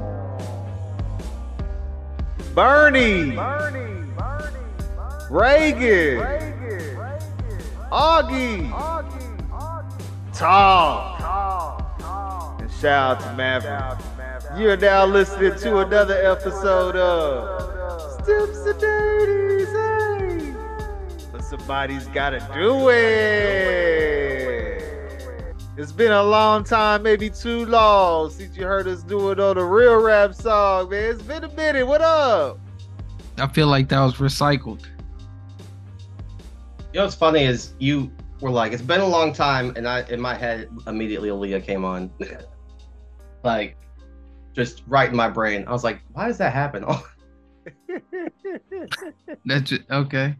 Station. Bernie, Bernie, Bernie, Bernie, Reagan, Reagan, Reagan, Augie, Augie, Augie, Tom, Tom, Tom, and shout out to Maverick. South Memphis. You're now listening to another episode of Stips and Dirties. Hey! But somebody's gotta do it. It's been a long time, maybe too long, since you heard us do it on the real rap song, man. It's been a minute. What up? I feel like that was recycled. You know what's funny is you were like, it's been a long time, and I in my head immediately Aaliyah came on, like, just right in my brain. I was like, why does that happen? That's ju- okay.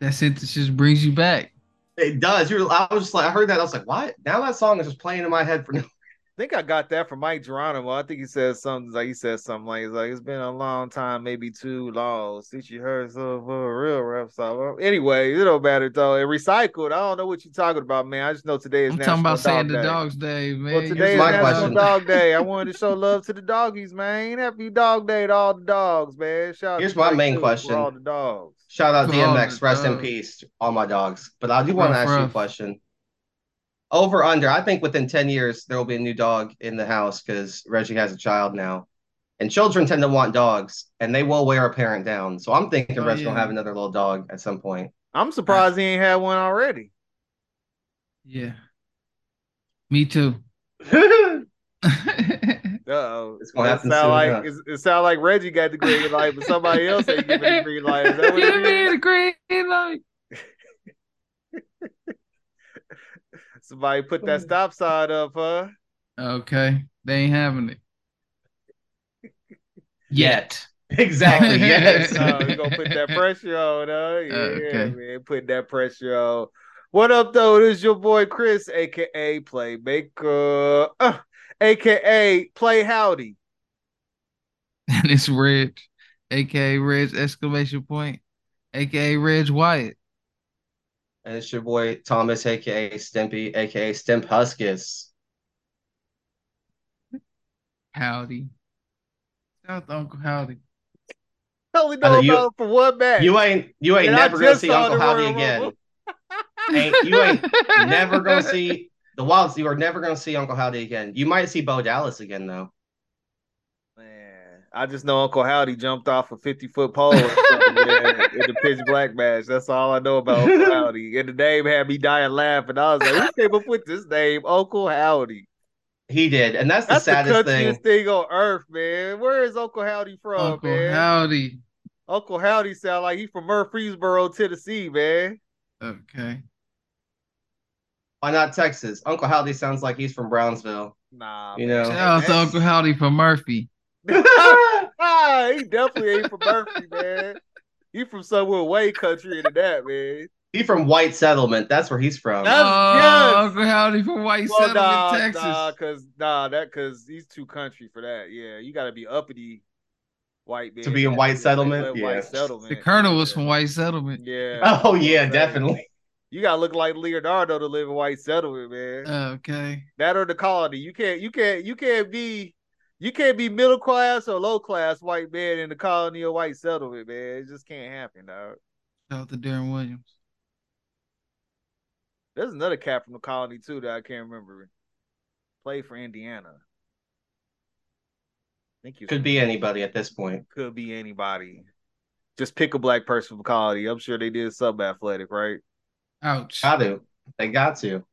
That sentence just brings you back. it does. You're. I was just like, I heard that. I was like, what? Now that song is just playing in my head for no. I think I got that from Mike Geronimo. I think he said something like he said something like it's like it's been a long time, maybe too long since you heard some of a real rap song. Well, Anyway, it don't matter though. It recycled. I don't know what you're talking about, man. I just know today is I'm National talking about saying Dog the Day. dog's day, man. Well, You're today is my National question. Dog Day. I wanted to show love to the doggies, man. Happy Dog Day to all the dogs, man. Shout out Here's to my Drake, main too, question. For all the dogs. Shout out Oh, DMX, rest in God. peace, all my dogs. But I do want to Rough, ask you a rough. question. Over under, I think within ten years there will be a new dog in the house because Reggie has a child now, and children tend to want dogs, and they will wear a parent down. So I'm thinking Oh, Reggie will yeah. have another little dog at some point. I'm surprised he ain't had one already. Yeah. Me too. That's Uh oh. It's gonna It happen sound soon like enough. it's- it sound like Reggie got the green light, but somebody else ain't giving the green light. Is that Give what it me is? the green light. Somebody put that stop sign up, huh? Okay. They ain't having it. Yet. exactly. Yes. Uh, Oh, you gonna put that pressure on, Uh, huh? Yeah, Okay. man, put that pressure on. What up, though? This is your boy Chris, aka Playmaker, uh, aka Play Howdy. and it's Reg, aka Reg exclamation point, aka Reg Wyatt. and it's your boy Thomas, aka Stimpy, aka Stimp Huskis. Howdy. Shout out to Uncle Howdy. Totally I know know you- about for one match. You ain't you ain't And I never gonna just see saw Uncle the Howdy Royal again. Rumble. ain't, you ain't never gonna see the Wilds. You are never gonna see Uncle Howdy again. You might see Bo Dallas again though. Man, I just know Uncle Howdy jumped off a 50 foot pole or something, man, in the pitch black match. That's all I know about Uncle Howdy. And the name had me dying laughing. I was like, who came up with this name, Uncle Howdy? He did, and that's the That's the saddest countryest thing. thing. on earth, man. Where is Uncle Howdy from, Uncle man? Howdy. Uncle Howdy sound like he's from Murfreesboro, Tennessee, man. Okay. Why not Texas? Uncle Howdy sounds like he's from Brownsville. Nah, You man. know. Shout out to Uncle Howdy for Murphy. Ah, he definitely ain't from Murphy, man. He from somewhere way country into that, man. he from White Settlement. That's where he's from. That's- yes. Oh, Uncle Howdy for White Well, Settlement, nah, Texas. nah, cause nah, that cause he's too country for that. Yeah, you gotta be uppity white man To be in white settlement? White Yeah. settlement. the Colonel was Yeah. from White Settlement. Yeah. oh yeah, Exactly. definitely. You gotta look like Leonardo to live in white settlement, man. Uh, Okay. that or the colony. You can't. You can't. You can't be. You can't be middle class or low class white man in the colony or white settlement, man. It just can't happen, dog. Shout out to Darren Williams. There's another cat from the colony too that I can't remember. Played for Indiana. I think you Could be anybody at this point. could be anybody. Just pick a black person from colony. I'm sure they did something athletic, right? Ouch. Got to. They got to.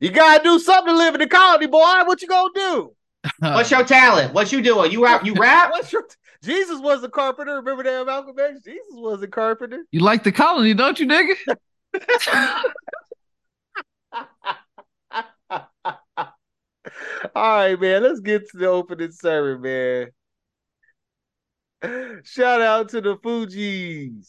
You gotta do something to live in the colony, boy. What you gonna do? Uh. What's your talent? What you doing? You rap? You rap? What's your Jesus was a carpenter. Remember that Malcolm X? Jesus was a carpenter. you like the colony, don't you, nigga? All right, man. Let's get to the opening sermon, man. Shout out to the Fugees.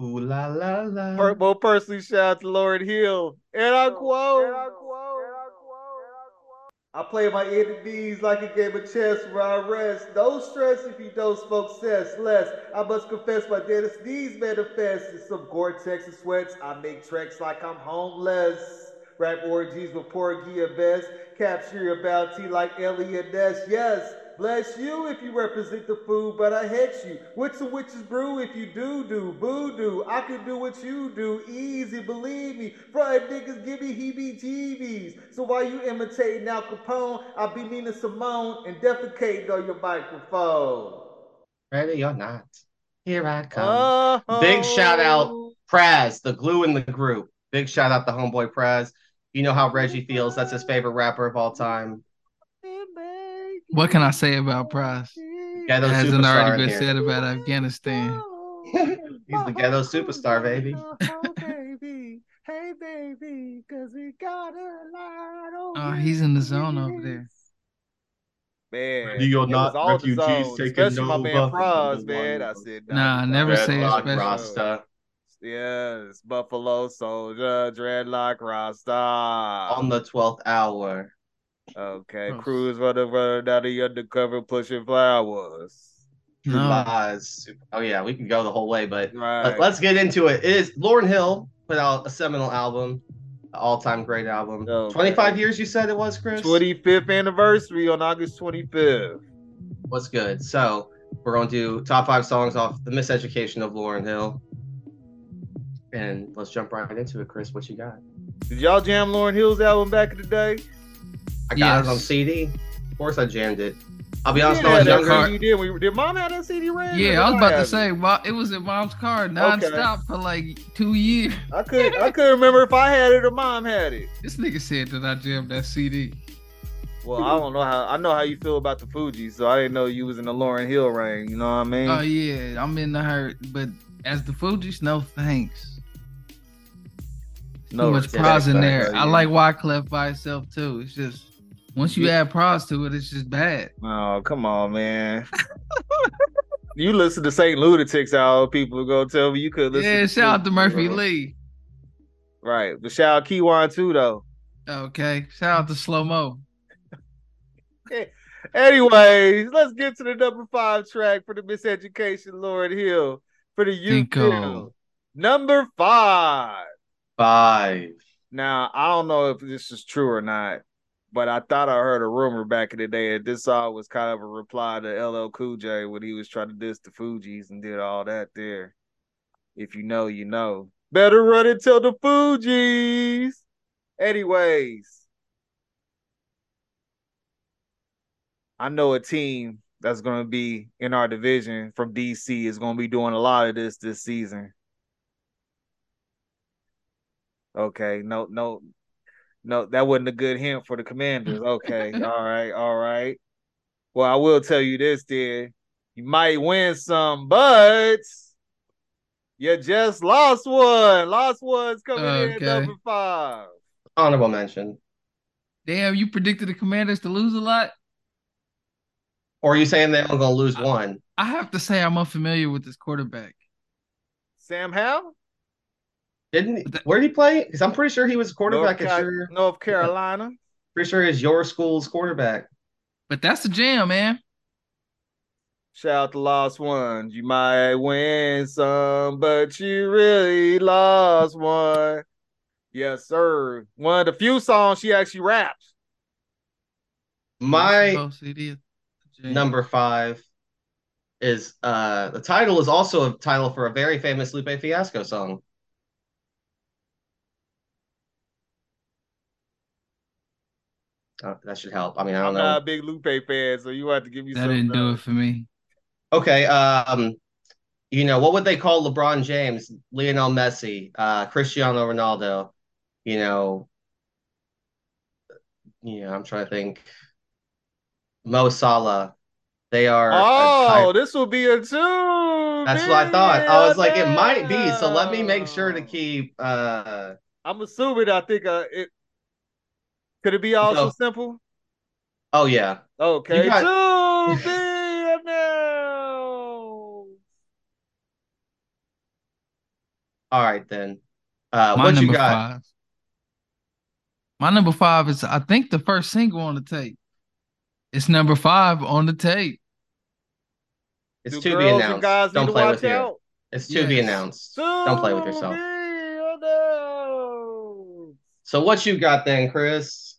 Ooh la la la. Per- well, personally, shout out to Lauren Hill. And I quote, I play my enemies like a game of chess where I rest. No stress if you don't smoke cess. Less, I must confess my deadest needs manifest. In some Gore-Tex and sweats, I make tracks like I'm homeless. Rap orgies with Porgy and Best. Capture your bounty like Elliot Ness. Yes, bless you if you represent the food, but I hex you. What's a witch's brew if you do do? Boo doo. I can do what you do. Easy, believe me. Fried niggas give me heebie jeebies. So while you imitating Al Capone, I'll be Nina Simone and defecating on your microphone. Ready or not, here I come. Oh. Big shout out. Praz, the glue in the group. Big shout out to homeboy Praz. You know how Reggie feels. That's his favorite rapper of all time. What can I say about Price? Ghetto Hasn't superstar already been in here. said about Afghanistan. He's the ghetto superstar, baby. Oh, baby. Hey, baby, because we got a lot of. Oh, he's in the zone over there. Man, Do you it not was all the refugees zones, taking especially my man over? Proz, man. I said, Nah, the never Proz. say Dreadlock special. Rasta. Yes, Buffalo Soldier, Dreadlock Rasta. On the 12th hour. okay, Oh. Cruz running, running down the undercover, pushing flowers. True No. Lies. Oh, yeah, we can go the whole way, but Right. let- let's get into it. It is Lauren Hill put out a seminal album, all time great album. Oh, 25 man. years, you said it was, Chris? 25th anniversary on August 25th. What's good? So we're gonna do top five songs off the Miseducation of Lauren Hill, and let's jump right into it. Chris, what you got? Did y'all jam Lauren Hill's album back in the day? I got Yes. it on CD. Of course, I jammed it. I'll be You honest, did when I was have that younger. CD, didn't we? Did mom have that CD ran? Yeah, I was about to say, mom, it was in mom's car nonstop for like two years. I could I couldn't remember if I had it or mom had it. This nigga said that I jammed that CD. Well, I don't know how I know how you feel about the Fuji, so I didn't know you was in the Lauren Hill ring. You know what I mean? Oh yeah, I'm in the hurt, but as the Fugees, no thanks. no, Too much respect. pros in there. Yeah. I like Wyclef by itself too. It's just once you add pros to it, it's just bad. Oh, come on, man. you listen to Saint Lunatics, all people are gonna tell me you could listen. yeah, to shout out to Fugees, Murphy bro. Lee. Right, but shout out Kiwan too, though. Okay, shout out to Slow Mo. Anyways, let's get to the number five track for the Miseducation Lauren Hill for the YouTube. Cinco. Number five. Five. Now, I don't know if this is true or not, but I thought I heard a rumor back in the day that this song was kind of a reply to LL Cool J when he was trying to diss the Fugees and did all that there. If you know, you know. Better run and tell the Fugees. Anyways, I know a team that's going to be in our division from DC is going to be doing a lot of this this season. Okay, no, no, no, that wasn't a good hint for the commanders. Okay, all right, all right. Well, I will tell you this, then you might win some, but you just lost one. Lost one's coming in Okay. at number five. Honorable mention. Damn, you predicted the Commanders to lose a lot. Or are you saying they're gonna lose one? I have to say I'm unfamiliar with this quarterback. Sam Howell, Didn't he, where did he play? Because I'm pretty sure he was quarterback. North, At Ca- your, North Carolina. pretty sure he's your school's quarterback. But that's the jam, man. Shout out to Lost Ones. You might win some, but you really lost one. Yes, sir. One of the few songs she actually raps. My Oh, so it is a jam. number five is uh the title is also a title for a very famous Lupe Fiasco song. Uh, that should help. I mean, I I'm don't not a know. big Lupe fan, so you have to give me that something. didn't do it else. for me. Okay, um, you know what would they call LeBron James, Lionel Messi, uh, Cristiano Ronaldo? You know, you know, I'm trying to think. Mo Salah. They are a type- Oh, this will be a two. That's what I thought. I was like, it might be. So let me make sure Oh. to keep. Uh, I'm assuming. I think uh, it could it be also No. simple. oh yeah, Okay, You two billionaires. all right then. Uh, My what number you got? five. My number five is I think the first single on the tape. It's number five on the tape. It's Do to be girls and guys announced. need Don't to play watch with you. out? It's to be Yes. announced. Don't play with yourself. Two billionaires. So what you got then, Chris?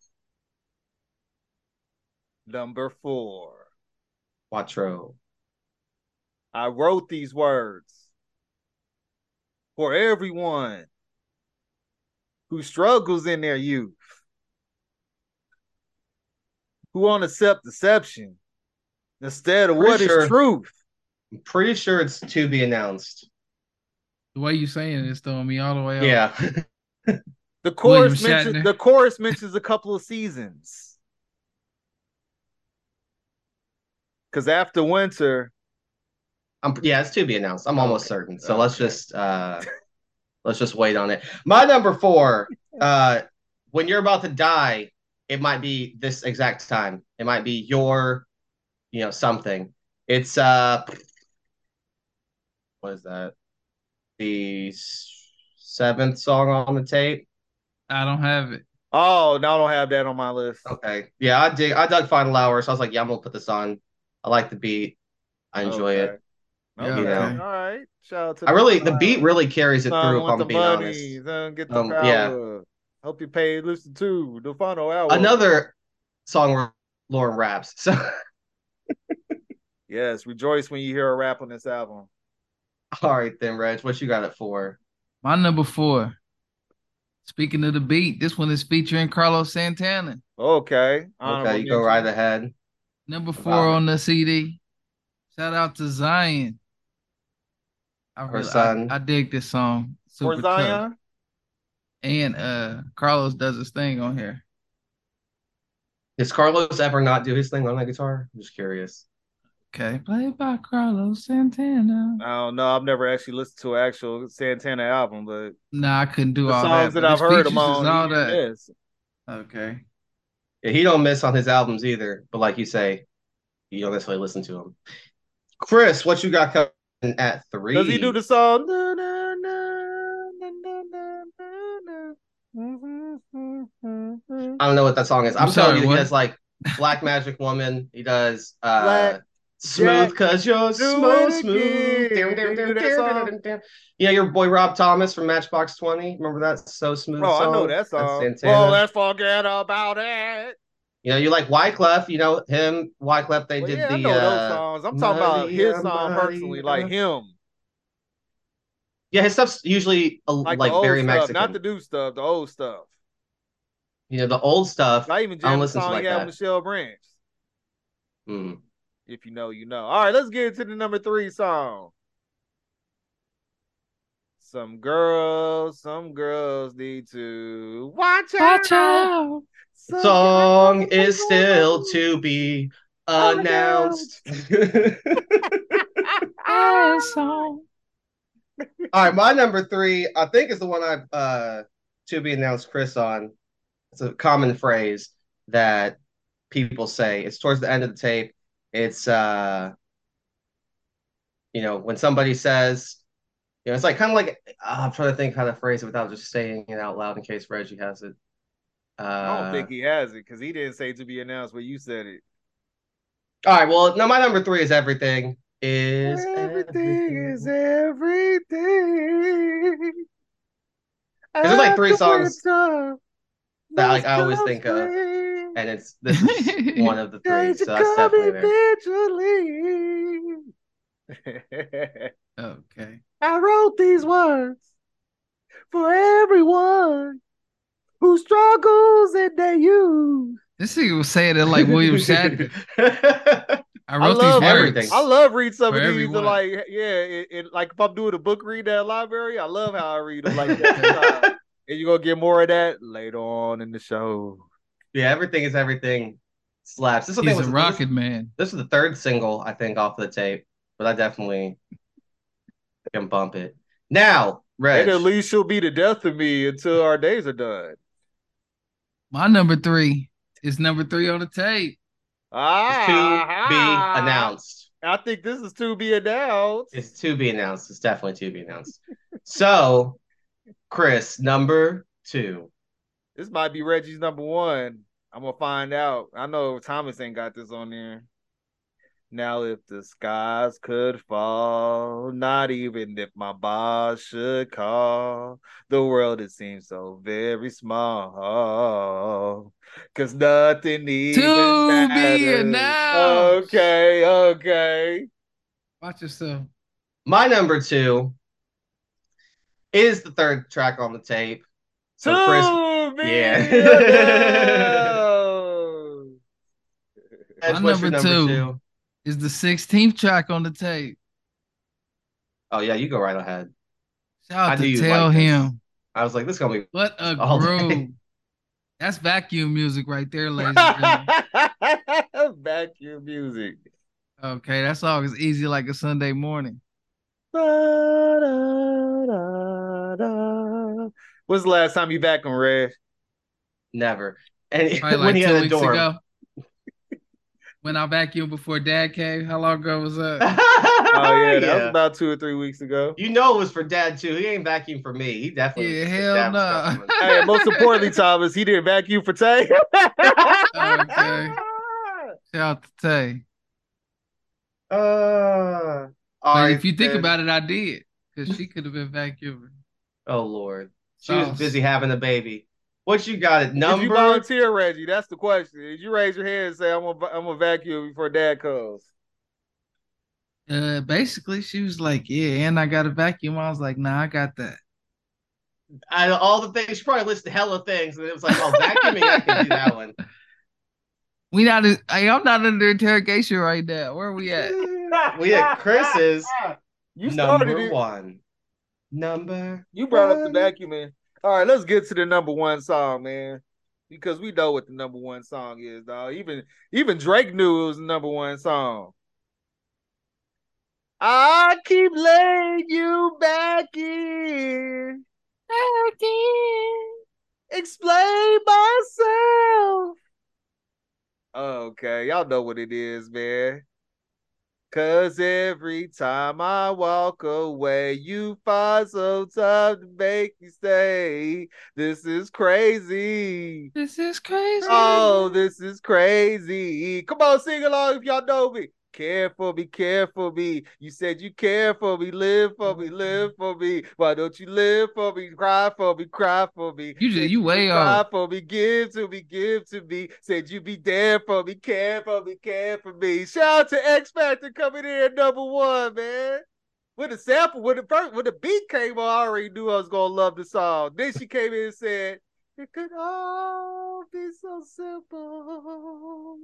Number four. Quattro. I wrote these words for everyone who struggles in their youth, who won't accept deception instead of Pretty what is sure. truth. I'm pretty sure it's to be announced. The way you saying it's throwing me all the way up. Yeah. The chorus William mentions Shatner. the chorus mentions a couple of seasons. Cause after winter, I'm yeah, it's to be announced. I'm almost Okay. certain. So Okay. let's just uh let's just wait on it. My number four, uh when you're about to die, it might be this exact time. It might be your you know something. It's uh what is that? The s- seventh song on the tape. I don't have it. oh no, I don't have that on my list. Okay. Yeah, I dig I dug Final Hour, so I was like, yeah, I'm gonna put this on. I like the beat. I enjoy it. Okay. Yeah, Okay. okay. All right. Shout out to I really Black the beat Lives. really carries it Son, through if want I'm the being honest. money, son, get the Um, power. yeah. Hope you pay. Listen to the final hour. another song where Lauren raps. So Yes, rejoice when you hear a rap on this album. all right then, Reg, what you got it for? My number four. Speaking of the beat, this one is featuring Carlos Santana. Okay. Okay, you honorable go right mention. ahead. Number Wow. four on the CD. Shout out to Zion. I really, son. I, I dig this song. Super For tough. Zion. And uh, Carlos does his thing on here. Does Carlos ever not do his thing on that guitar? I'm just curious. Okay, played by Carlos Santana. I don't know. I've never actually listened to an actual Santana album, but Nah, I couldn't do the all songs that. that but I've his heard him features is on, all he that. is. Okay. Yeah, he don't miss on his albums either, but like you say, you don't necessarily listen to him. Chris, what you got coming at three? Does he do the song? "Na, na, na, na, na, na, na, na, mhm, mhm, mhm." I don't know what that song is. I'm, I'm telling sorry, you, what? he does like Black Magic Woman. He does uh Black Smooth Cause You're Do Smooth it Smooth. again. Dun, They do dun, dun, that dun, song? dun, dun. Yeah, your boy Rob Thomas from Matchbox 20. Remember that Mm, so smooth Oh, I know song? that That's song. Santana. Well, let's forget about it. you know, you like Wyclef, you know him, Wyclef, they Well, did yeah, the I know those uh, songs. I'm talking about his Maria, song personally, like him, yeah, his stuff's usually uh, like, like, the old very stuff, Mexican. not the new stuff, the old stuff. You know, the old stuff. Not even I don't Jim listen to song like he had that. with Michelle Branch. Mm. If you know, you know. All right, let's get into the number three song. Some girls, some girls need to watch out. Watch out. Some Song girls- is still to be Oh announced. song. All right, my number three, I think, is the one I've uh, to be announced Chris on. It's a common phrase that people say. It's towards the end of the tape. It's, uh, you know, when somebody says, you know, it's like kind of like uh, I'm trying to think how to phrase it without just saying it out loud in case Reggie has it. Uh, I don't think he has it because he didn't say to be announced, but you said it. All right, well, no, my number three is everything. Is everything is everything. there's like three After songs winter, that, like, I must always come think of. spring. and it's this is one of the three, uh, Days so are that's definitely there. coming vigilantly. Okay. I wrote these words for everyone who struggles in their youth. This nigga was saying it like William Shatner. I love wrote these words. everything. I love read some For of these. everyone. and Like, yeah, it, it, like if I'm doing a book read at a library, I love how I read them like that. uh, and you're gonna get more of that later on in the show. yeah, everything is everything. Slaps. This, I think, He's was, a rocket man. This, this is the third single I think off the tape, but I definitely can bump it now. Reg, And at least she'll be the death of me until our days are done. My number three is number three on the tape. it's to be Ah. announced. I think this is to be announced. It's to be announced. It's definitely to be announced. so, Chris, number two. This might be Reggie's number one. I'm gonna find out. I know Thomas ain't got this on there. Now, if the skies could fall, not even if my boss should call, the world it seems so very small. Cause nothing even be matters. announced. Okay, okay. Watch yourself. My number two is the third track on the tape. So Chris, to be Yeah. announced. Chris, My what's your number two. number two? Is the 16th track on the tape? Oh yeah, you go right ahead. Shout I out knew to you'd Tell like this. Him. I was like, this is gonna be What a All day. groove. That's vacuum music right there, ladies and gentlemen. Back your music. Okay, that song is easy like a Sunday morning. Da-da-da-da. When's the last time you back on red? never. And Probably when like he two had a weeks door. ago. When I vacuumed before dad came, how long ago was that? Oh yeah, oh that was about two or three weeks ago. You know it was for dad too. He ain't vacuum for me. He definitely Yeah, his hell dad was nah. vacuuming. hey, most importantly, Thomas, he didn't vacuum for Tay. Okay. Shout out to Tay. Uh, all Like, right, if you think then. about it, I did. Because she could have been vacuuming. oh Lord, she Sauce. was busy having a baby. What you got at Did you number? volunteer, Reggie? That's the question. Did you raise your hand and say, "I'm gonna, I'm gonna vacuum before Dad comes"? Uh, basically, she was like, "Yeah," and I got a vacuum. I was like, "Nah, I got that." Out of all the things, she probably listed hella things, and it was like, oh, vacuuming, I can do that one. We not. I, I'm not under interrogation right now. Where we at? We at Chris's You started number it. one. Number You brought up the one. vacuuming. All right, let's get to the number one song, man. Because we know what the number one song is, dog. Even even Drake knew it was the number one song. I keep laying you back in. Back in. Explain myself. Okay, y'all know what it is, man. Cause every time I walk away, you find some time to make me stay. This is crazy. This is crazy. Oh, this is crazy. Come on, sing along if y'all know me. Care for me, care for me. You said you care for me, live for me, live for me. Why don't you live for me? Cry for me, cry for me. You just- Said you way cry off. for me, give to me, give to me. Said you be there for me, care for me, care for me. Shout out to X Factor coming in at number one, man. When the sample, when the first, when the beat came on, I already knew I was gonna love the song. Then she came in and said, "It could all be so simple,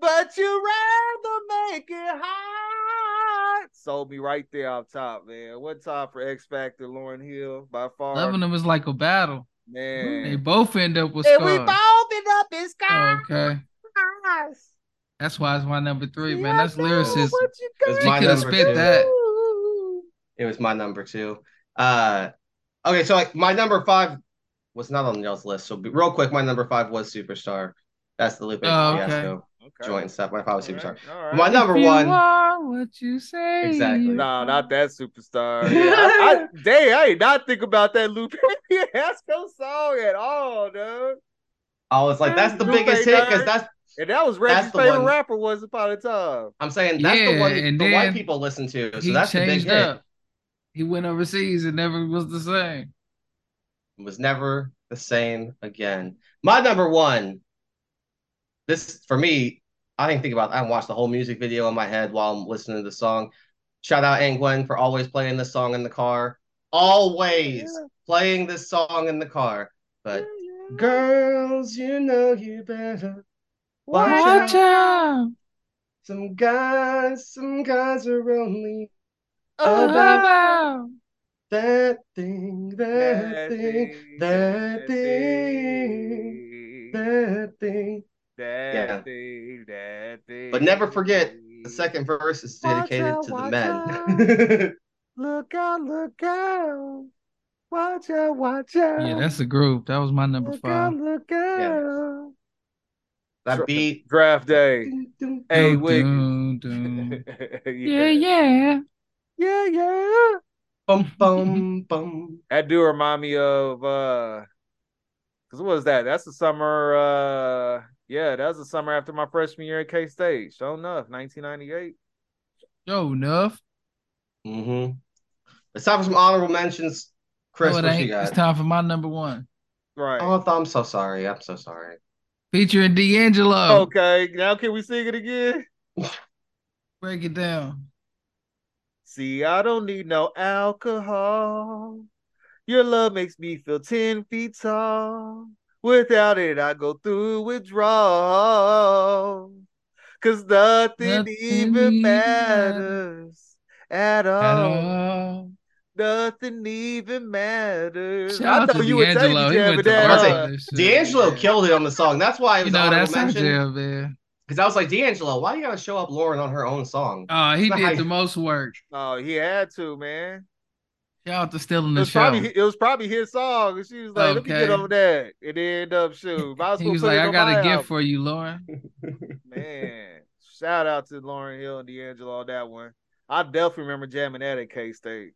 but you rather make it hot." Sold me right there off top, man. One time for X Factor, Lauren Hill, by far, Loving them is like a battle. They man. both end up with And we scars. both been up Oh. in scars. Okay, that's why it's my number three, man. Yeah, That's I know lyricism. what you got It's my to coulda number spit two. that. do. It was my number two. Uh, okay, so like my number five was not on y'all's list. So be- real quick, my number five was Superstar. That's the Lupe Oh, okay. Fiasco Okay. joint and stuff. My five was All right, Superstar. all right. My number If you one. are what you say. Exactly. you No, are. not that superstar. Yeah, I, I, dang, I did not think about that Lupe Fiasco song at all, dude. I was like, that's the Lupe biggest hit because Nerd. that's. And that was That's Reggie's the favorite one. rapper was upon a time. I'm saying that's the Yeah, one that and the white then people listen to. So He that's the big changed hit. up. He went overseas and never was the same. It was never the same again. My number one. This for me. I didn't think about. I watched the whole music video in my head while I'm listening to the song. Shout out Aunt Gwen for always playing this song in the car. Always Yeah. playing this song in the car. But girls, you know you better. Watch out. out. Some guys, some guys are only Oh, About About that thing, that, thing, that thing, that thing. that Yeah. thing, that thing. But never forget, The second verse is Watch dedicated out, to watch the men. Look out, look out. Watch out, watch out. Yeah, that's a group. That was my number five. look out. that beat. Draft day. Hey, Wiggy. Dun, dun, dun. yeah. Yeah, yeah. yeah, yeah. Bum, bum, bum. That do remind me of uh, cause what was that? That's the summer uh Yeah, that was the summer after my freshman year at K State. Sure enough, 1998. Yo, enough. Mm-hmm. It's time for some honorable mentions. Chris, No, it what ain't. you got? It's time for my number one. Right. Oh, I'm so sorry. I'm so sorry. Featuring D'Angelo. Oh. okay. Now can we sing it again? Break it down. See, I don't need no alcohol. Your love makes me feel 10 feet tall. Without it, I go through withdrawal. Cause nothing, Nothing even even matters at Oh. all. At all. Nothing even matters. Shout I out thought to you would take D'Angelo. He jamming went to that all up. the all this shit. D'Angelo Yeah. killed it on the song. That's why it You was know, an honorable that's our mention. jam, man. Because I was like, D'Angelo, why you gotta show up Lauren on her own song? Uh, he That's not did the how most work. Oh, he had to, man. Shout out to stealing It the was, show. probably, it was probably his song. And she was like, let me get Okay. on that. And then end up shoot. Might as He well was put like, it I on got my a gift album." for you, Lauren. Man, shout out to Lauren Hill and D'Angelo on that one. I definitely remember jamming that at K State.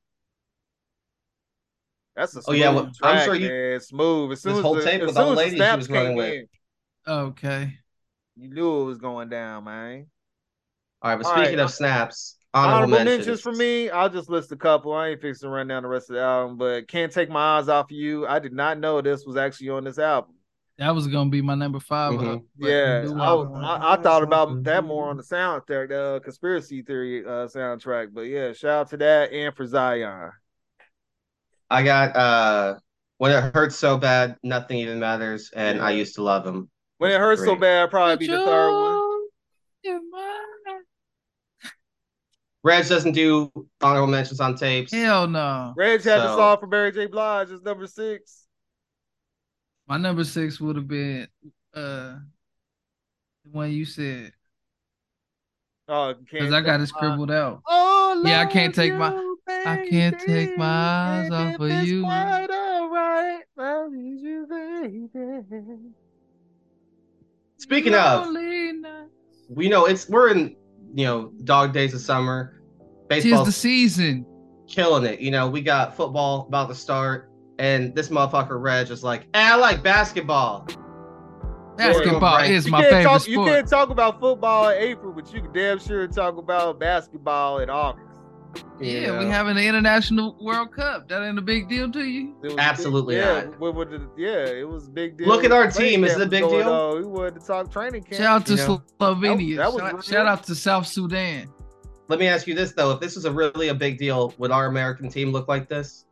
That's a Oh, smooth yeah, well, I'm track, sure you- man. Smooth. As soon This as whole the, tape as with soon as all the the ladies she snaps was running came with. in, Okay. you knew it was going down, man. All right, but All speaking right. of snaps, Honorable, honorable, mentions. for me. I'll just list a couple. I ain't fixing to run down the rest of the album, but can't take my eyes off of you. I did not know this was actually on this album. That was gonna be my number 5 Mhm. uh, but Mm-hmm. yeah, do I, want- was- I, I thought about that more on the soundtrack, the uh, conspiracy theory uh, soundtrack. But yeah, shout out to that and for Zion. I got uh when it hurts so bad, nothing even matters, and I Yeah. used to love him. When it hurts so Great. bad, probably be the third one. Reg doesn't do honorable mentions on tapes. Hell no. Reg had the So- song for Mary J. Blige. It's number six. My number six would have been uh the one you said. Oh, Because can't I take got my- it scribbled out. Oh, Yeah, I love can't take my- you, I can't take my baby, eyes off if of it's you. quite all right, I need you, baby. Speaking of, Loneliness. we know it's we're in you know dog days of summer. Tis the Baseball's season. killing it. You know we got football about to start, and this motherfucker Reg is like, eh, I like basketball. Basketball Right. is You my can't favorite talk. You sport. can't talk about football in April, but you can damn sure talk about basketball in August. You Yeah, we know? having the International World Cup. That ain't a big deal to you. It was a big- Absolutely yeah, not. we would- yeah, it was a big deal. Look at our Training team. Is camp it a big was going deal? on. We wanted to talk training camp. Shout out to You know, Slovenia. that was shout, real. shout out to South Sudan. Let me ask you this though: If this was a really a big deal, would our American team look like this?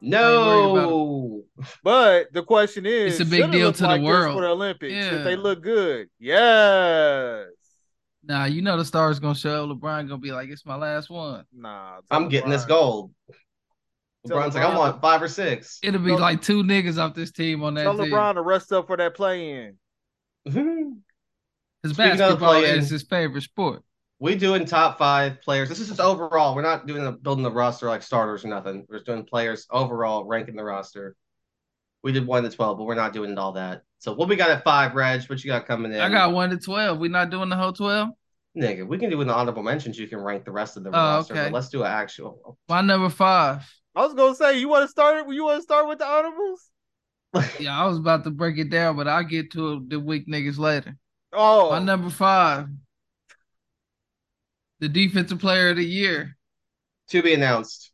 worried about it. No. But the question is, It's a big should it deal look to the like this world. for the Olympics. Should Yeah. they look good? Yes. Nah, you know the stars gonna show up. LeBron gonna be like, it's my last one. Nah, tell I'm getting this LeBron. gold. Tell LeBron's like, I LeBron. want five or six. It'll be No. like two niggas off this team on that Tell team. LeBron to rest up for that play-in. His Speaking of basketball playing- is his favorite sport. we doing top five players. This is just overall. We're not doing the, building the roster like starters or nothing. We're just doing players overall, ranking the roster. We did one to twelve, but we're not doing all that. So what we got at five, Reg? What you got coming in? I got one to twelve. We not doing the whole twelve. nigga. We can do an honorable mentions. You can rank the rest of the Oh, roster, okay. but let's do an actual. My number five. I was gonna say, you want to start? You want to start with the honorables? Yeah, I was about to break it down, but I'll get to it the weak niggas later. Oh, My number five. The defensive player of the year. to be announced.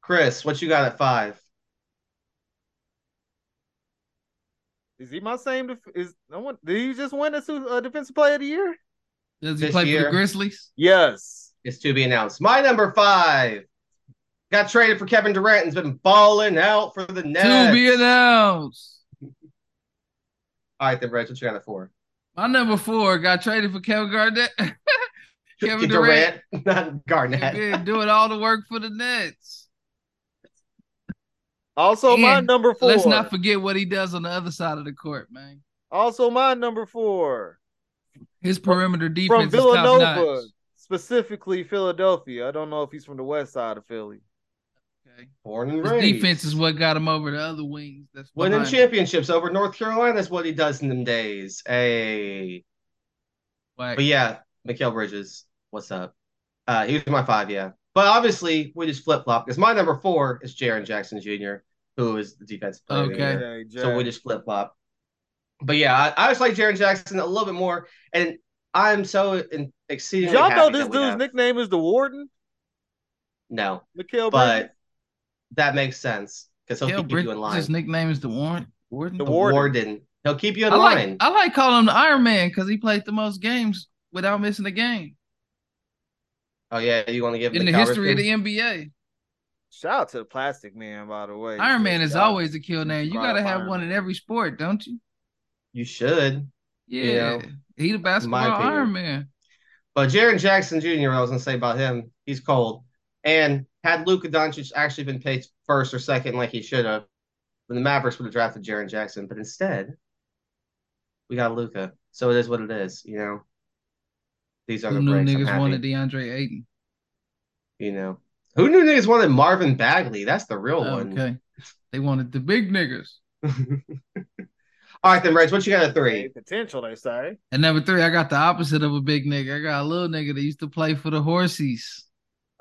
Chris, what you got at five? Is he my same? Def- is no one? Did he just win as uh, defensive player of the year? Does he This play for year. the Grizzlies? Yes. It's to be announced. My number five got traded for Kevin Durant and's been balling out for the Nets. To be announced. All right, then, Reg, what you got at four? My number four got traded for Kevin Garnett. Kevin Durant, Durant. not Garnett. Been doing all the work for the Nets. Also, my And number 4 Let's not forget what he does on the other side of the court, man. also, my number four His perimeter from defense is top Villanova, notch. specifically Philadelphia. I don't know if he's from the west side of Philly. Okay. Born and His raised. defense is what got him over the other wings. That's Winning behind him. championships over North Carolina is what he does in them days. Hey. Whack. But yeah, Mikael Bridges, what's up? Uh, he was my five, yeah. But obviously, we just flip flop because my number four is Jaron Jackson Jr., who is the defensive player. of the Okay. year. J.J. So we just flip flop. But yeah, I, I just like Jaron Jackson a little bit more, and I'm so in, Did exceedingly. y'all know happy this that we dude's have- nickname is the Warden? No, Mikael Bridges? but that makes sense because he'll Gail keep you in Bridges' line. his nickname is the Warren. Warden. The The Warden. warden. He'll keep you in I like line. I like calling him the Iron Man because he played the most games without missing a game oh yeah, you want to give him in the Cal history of Ripken? the NBA. Shout out to the Plastic Man, by the way. Iron Man is Shout out. always a kill name. You Brought gotta up have Iron one in Man. every sport, don't you? E- You should. Yeah, Yeah. he the basketball opinion. Iron Man. But Jaron Jackson Jr., I was gonna say about him, he's cold. And had Luka Doncic actually been picked first or second like he should have, then the Mavericks would have drafted Jaron Jackson. But instead, we got Luka. So it is what it is, you know. These are Who the knew breaks. I'm niggas happy, wanted DeAndre Ayton? you know. Who knew niggas wanted Marvin Bagley? That's the real one. okay, they wanted the big niggas. All right then, Reg, what you got at three? Potential, they say. And number three, I got the opposite of a big nigga. I got a little nigga that used to play for the horses.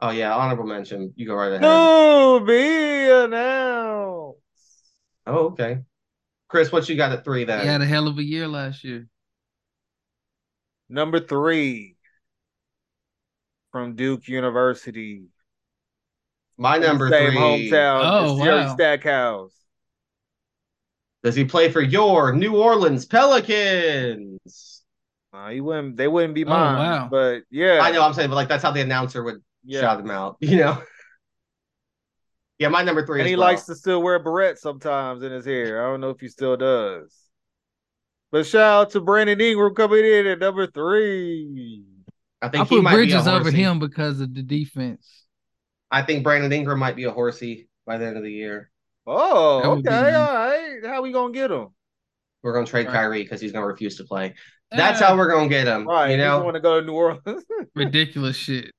Oh yeah, honorable mention. You go right ahead. No, be announced. Oh, okay. Chris, what you got at three then? He had a hell of a year last year. Number three from Duke University. My number Same three. hometown. Oh, it's Jerry wow. Stackhouse. Does he play for your New Orleans Pelicans? Uh, he wouldn't. They wouldn't be Oh, mine. wow. But yeah, I know I'm saying, but like that's how the announcer would yeah. shout him out, you know. yeah, my number three. And as he well. likes to still wear a beret sometimes in his hair. I don't know if he still does. But shout out to Brandon Ingram coming in at number three. I I, think he put might Bridges be a over horsey. him because of the defense. I think Brandon Ingram might be a horsey by the end of the year. Oh, That would be okay. nice. All right. How we gonna get him? We're gonna trade Right. Kyrie because he's gonna refuse to play. That's Eh, how we're gonna get him. Right. He You doesn't know. want to go to New Orleans. ridiculous shit.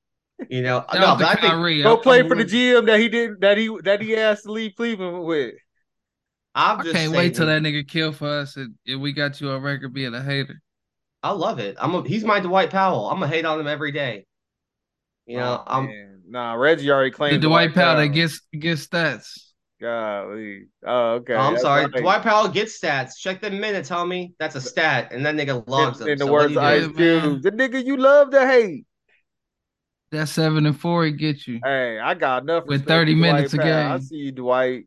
You know. Shout no, out but to I think Kyrie. go I- play I'm for the with- GM that he did that he that he asked to leave Cleveland with. I'm I just can't wait till stating- that nigga kill for us and, and we got you on record being a hater. I love it. I'm a, he's my Dwight Powell. I'm gonna hate on him every day. You know, Oh, I'm man. nah. Reggie already The claimed Dwight Powell that gets gets stats. Golly. Oh, okay. Oh, I'm That's sorry. right. Dwight Powell gets stats. Check the minutes, homie. That's a stat, and that nigga logs In, them. in the So what words do of you Ice do? do, man? Cube, the nigga you love to hate. That seven and four he get you. Hey, I got enough With respect for 30 Dwight minutes a Powell. I game. see you, Dwight.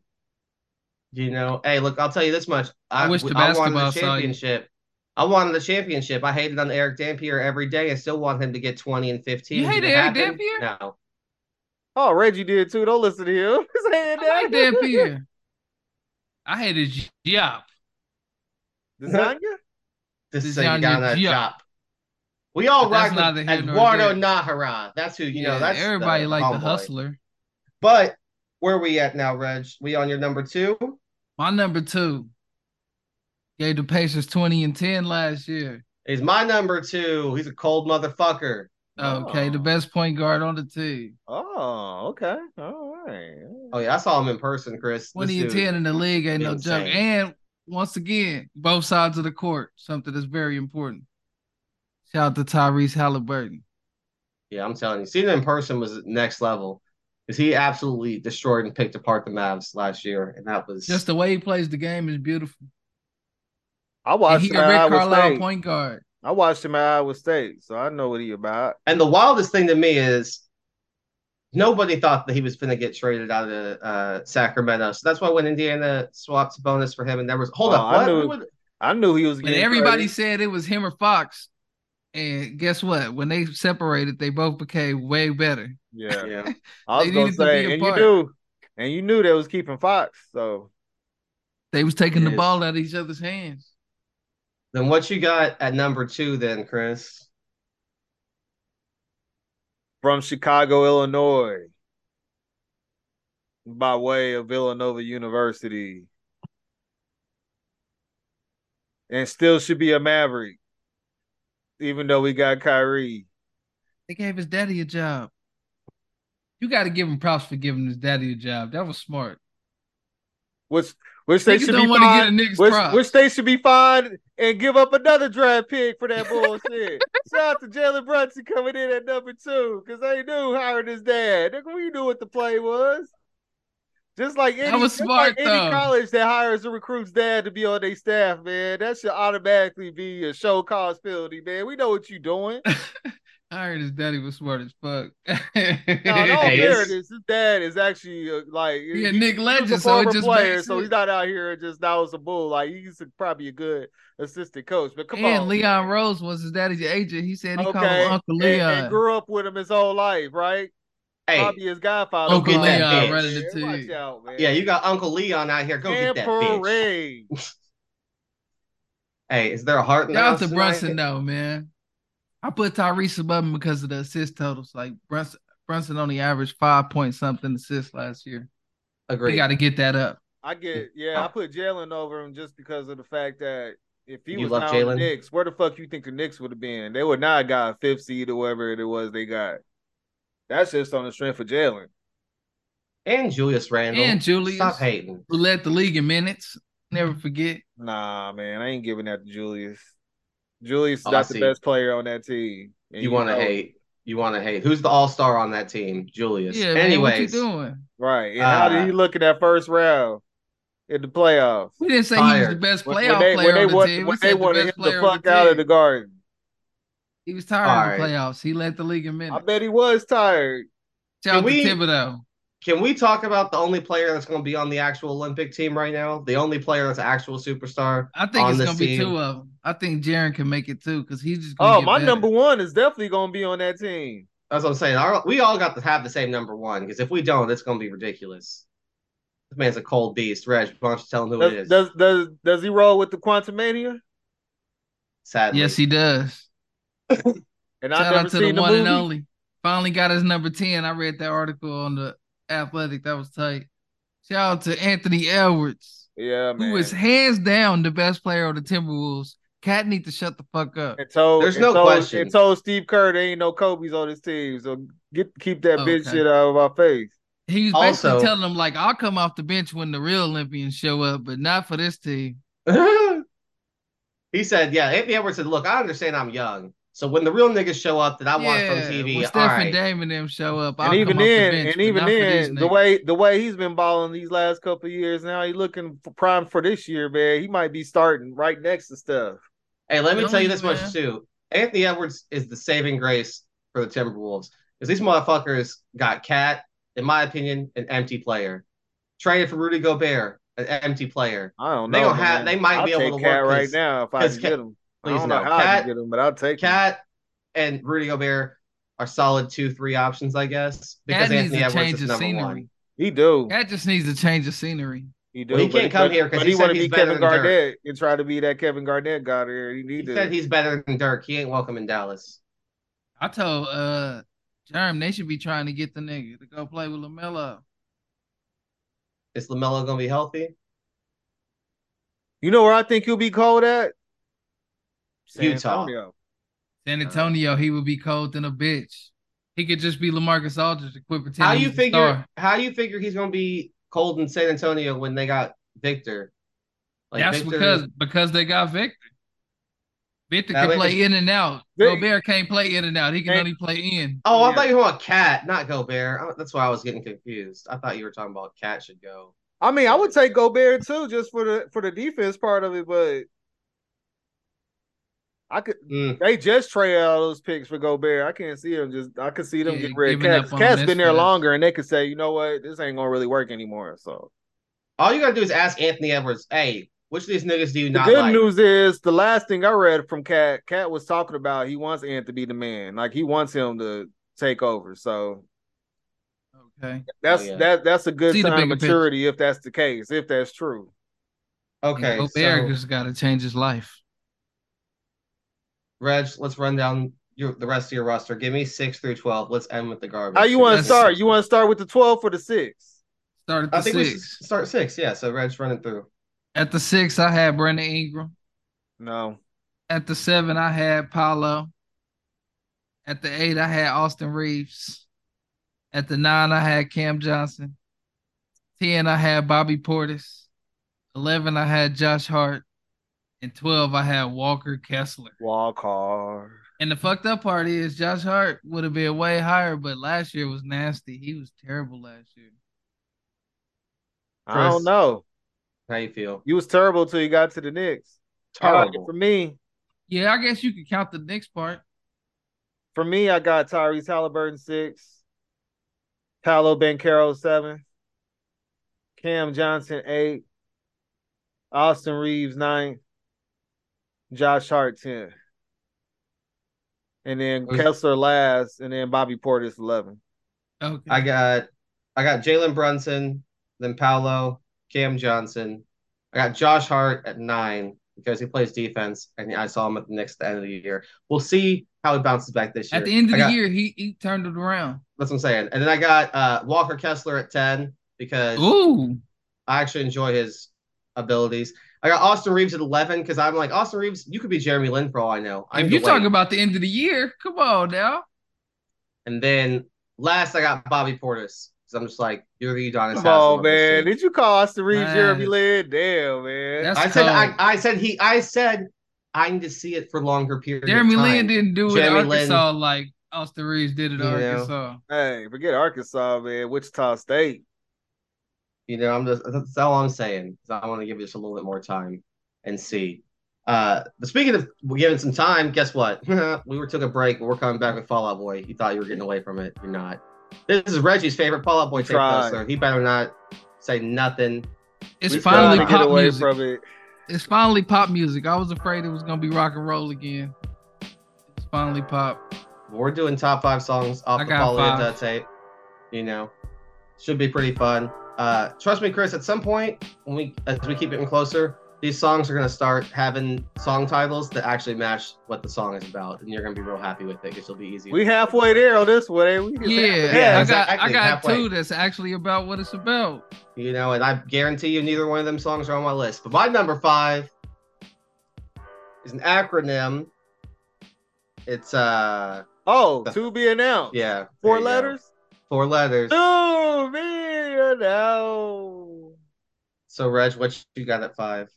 You know, hey, look, I'll tell you this much. I wish the wanted basketball the saw you. championship. I wanted the championship. I hated on Eric Dampier every day, and still want him to get twenty and fifteen. You Did hated it Eric happen? Dampier? No, Oh, Reggie did too. Don't listen to him. His hand I like down. that Pierre. I hated Giop. Lasagna? this This is is a on down your that job. job. We all But that's rock neither with here nor Eduardo there. Nahara. That's who you know. That's the everybody like the homeboy. hustler. But where we at now, Reg? We on your number two? My number two gave the Pacers 20 and 10 last year. He's my number two. He's a cold motherfucker. Okay, the Oh. best point guard on the team. Oh, okay. All right. Oh yeah, I saw him in person, Chris. This 20 and dude. 10 in the league ain't no joke. Insane. And once again, both sides of the court, something that's very important. Shout out to Tyrese Halliburton. Yeah, I'm telling you, seeing him in person was next level because he absolutely destroyed and picked apart the Mavs last year, and that was Just the way he plays the game is beautiful. I And watched he him a at Rick Iowa Carlisle State. point guard. I watched him at Iowa State, so I know what he about. And the wildest thing to me is nobody thought that he was going to get traded out of uh, Sacramento, so that's why when Indiana swapped bonus for him, and there was hold Oh, up, I what? knew- Who would- I knew he was But getting everybody traded. said it was him or Fox. And guess what? When they separated, they both became way better. Yeah. yeah, I was They gonna needed to be say, a and you part. knew, and you knew they was keeping Fox. So They was taking the Yes. ball out of each other's hands. then what you got at number two, then Chris? from Chicago, Illinois, by way of Villanova University, and still should be a Maverick, even though we got Kyrie. They gave his daddy a job. You got to give him props for giving his daddy a job. That was smart. Which which they Niggas should don't be wanna get a fined. nigga's Which, props. which they should be fined and give up another draft pick for that bullshit. Shout out to Jalen Brunson coming in at number two because they knew hiring his dad. Nigga, We knew what the play was. Just like any, That was just smart, like any though. college that hires a recruit's dad to be on their staff, man, that should automatically be a show cause penalty, man. We know what you're doing. I heard his daddy was smart as fuck. No, no, Hey, there it's- it is. His dad is actually uh, like Yeah, he- Nick he was a Legend, so it former just player, makes so he's sense. not out here just now as a bull. Like he's probably a good assistant coach, but come and on, Leon Rose was his daddy's agent. He said he called Okay, him Uncle and, Leon. uh, and grew up with him his whole life, right? Hey, Probably his godfather. Uncle Go get that Leon bitch. running the Watch team. out, man. yeah, you got Uncle Leon out here. Go get that bitch. Parade. Hey, is there a heart in the Shout out house to tonight? Brunson though, man. I put Tyrese above him because of the assist totals. Like Brunson, Brunson only averaged five point something assists last year. We Agreed. got to get that up. I get yeah, I put Jalen over him just because of the fact that if he You was love not on the Jalen? Knicks, where the fuck you think the Knicks would have been? They would not have got a fifth seed or whatever it was they got. That's just on the strength of Jalen. and Julius Randle. And Julius, Stop hating. who led the league in minutes. Never forget. Nah, man, I ain't giving that to Julius. Julius is Oh, I not the see. best player on that team. And You want to know- hate. You want to hate. Who's the all star on that team? Julius. Yeah, man, what you Anyways, doing? Right. And how did Uh, he look in that first round in the playoffs? We didn't say he was the Tired. best When- playoff when they, player when they, on the wa- team. when We they said the wanted best him the player on fuck the out of team. the garden. He was tired of the All playoffs. He led the league in I minutes. bet he was tired. Shout out Can we- to Thibodeau. can we talk about the only player that's going to be on the actual Olympic team right now? The only player that's an actual superstar. I think on it's this gonna be team. two of them. I think Jaron can make it too because he's just gonna Oh, get my better. number one is definitely gonna be on that team. That's what I'm saying. Our, we all got to have the same number one because if we don't, it's going to be ridiculous. This man's a cold beast. Reg, why don't you tell him who it Does, is? does does does he roll with the Quantum Mania? Sadly. Yes, he does. And I've Shout never out to the seen the one and movie. only. Finally got his number ten. I read that article on the Athletic. That was tight. Shout out to Anthony Edwards, Yeah, man. who is hands down the best player on the Timberwolves. Cat need to shut the fuck up. and told, There's and no told, question. And told Steve Kerr there ain't no Kobe's on his team, so get keep that bitch Okay. shit out of my face. He was basically Also- telling them like, "I'll come off the bench when the real Olympians show up, but not for this team." he said, "Yeah, Anthony Edwards said, look, I understand I'm young, so when the real niggas show up that I watch on TV, When all Steph right, and Dame and them show up, I'll and even come off then, the bench, and but even not for these then, the niggas. way the way he's been balling these last couple of years now, he looking for prime for this year, man. He might be starting right next to stuff. Hey, let me Don't tell you you, this much man? too. Anthony Edwards is the saving grace for the Timberwolves because these motherfuckers got Cat, in my opinion, an empty player. Traded for Rudy Gobert, an empty player. I don't know. They gonna man. have- they might I'll be able take to work Cat right 'cause- now if I 'cause can Cat- get him. I please don't know no. how I Cat- can get him, but I'll take him. Cat and Rudy Gobert are solid two, three options, I guess, because Cat needs Anthony to Edwards change is of number scenery. one. He do. Cat just needs a change of scenery. He do. Well, he but can't come but- here 'cause but he he said want to he's be better Kevin than Dirk. Garnett and try to be that Kevin Garnett guy there. He He need said to. he's better than Dirk. He ain't welcome in Dallas. I told uh Jerm they should be trying to get the nigga to go play with Lamelo. Is Lamelo gonna be healthy? You know where I think he'll be cold at? San Utah. Antonio. San Uh, Antonio, he would be cold than a bitch. He could just be Lamarcus Aldridge and quit pretending. How you he's a figure? star. How you figure he's gonna be cold in San Antonio when they got Victor? That's because because they got Victor. Victor That can way- play in and out. Vic- Gobert can't play in and out. He can Hey. only play in. Oh, I Yeah. thought you were talking about Cat, not Gobert. I- That's why I was getting confused. I thought you were talking about Cat should go. I mean, I would take Gobert too, just for the for the defense part of it, but I could Mm, They just traded all those picks for Gobert. I can't see them just. I could see them Yeah, get rid of giving Cat. up on Cat's this been there for this. longer, and they could say, you know what, this ain't gonna really work anymore. So All you gotta do is ask Anthony Edwards. Hey, which of these niggas do you the not good like? news is the last thing I read from Cat. Cat was talking about he wants Ant to be the man. Like he wants him to take over. So Okay. that's yeah. that that's a good See the sign of bigger picture. maturity if that's the case. If that's true, okay, Gobert so just got to change his life. Reg, let's run down your the rest of your roster. Give me six through twelve. Let's end with the garbage. how you want to That's- start? You want to start with the twelve for the six? Start at the I think we should six. start six. Yeah. So Reg's running through. At the six, I had Brandon Ingram. No, At the seven, I had Paolo. At the eight, I had Austin Reeves. At the nine, I had Cam Johnson. Ten, I had Bobby Portis. Eleven, I had Josh Hart. And twelve, I had Walker Kessler. wall car. And the fucked up part is Josh Hart would have been way higher, but last year was nasty. He was terrible last year. I don't Chris. know. How you feel? You was terrible till you got to the Knicks. I like it Terrible. For me, Yeah, I guess you could count the Knicks part. for me, I got Tyrese Halliburton six, Paolo Bancaro seven, Cam Johnson eight, Austin Reeves nine, Josh Hart ten, and then Who's- Kessler last, and then Bobby Portis eleven. Okay. I got I got Jalen Brunson, then Paolo, Cam Johnson. I got Josh Hart at nine because he plays defense, and I saw him at the Knicks at the end of the year. We'll see how he bounces back this year. At the end of I the got- year, he he turned it around. that's what I'm saying. And then I got uh, Walker Kessler at ten because Ooh, I actually enjoy his abilities. I got Austin Reeves at eleven because I'm like Austin Reeves. You could be Jeremy Lin for all I know. I if need you to talk wait. about the end of the year, come on now. and then last I got Bobby Portis because I'm just like you're the Udonis. Come Haslam on, of this man! league. Did you call Austin Reeves Man. Jeremy Lin? Damn, man! That's I said I, cold. I said he I said I need to see it for longer periods. Jeremy of time. Lin didn't do it at Jeremy Lin- Arkansas like Austin Reeves did at You know. Arkansas. hey, forget Arkansas, man. Wichita State. You know, I'm just that's all I'm saying. 'cause I want to give it just a little bit more time and see. Uh, but speaking of giving some time, guess what? we were took a break, but we're coming back with Fallout Boy. You thought you were getting away from it, you're not. This is Reggie's favorite Fallout Boy tape Try. poster. He better not say nothing. It's We finally trying to get pop away music. from it. It's finally pop music. I was afraid it was gonna be rock and roll again. It's finally pop. We're doing top five songs off I the got Polenta five. tape. You know, should be pretty fun. Uh, trust me, Chris. At some point, when we as we keep getting closer, these songs are gonna start having song titles that actually match what the song is about, and you're gonna be real happy with it because it'll be easy. We halfway there on this one. ain't we? Yeah, yeah, I got I exactly, got halfway. two that's actually about what it's about. you know, and I guarantee you, neither one of them songs are on my list. But my number five is an acronym. It's uh, Oh, to be announced. yeah, there Four you go. letters. Four letters. To be announced. So, Reg, what you got at five?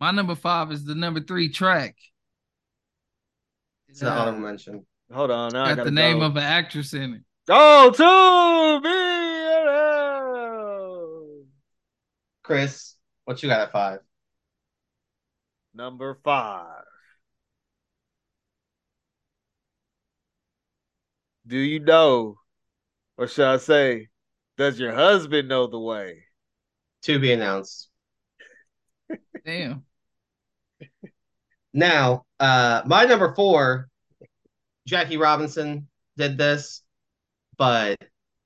My number five is the number three track. It's an honorable mention. Hold on. Now I got gotta the name go. of an actress in it. Oh, to be announced. Chris, what you got at five? Number five. Do you know, or should I say, does your husband know the way? To be announced. Damn. Now, uh, my number four, Jackie Robinson did this, but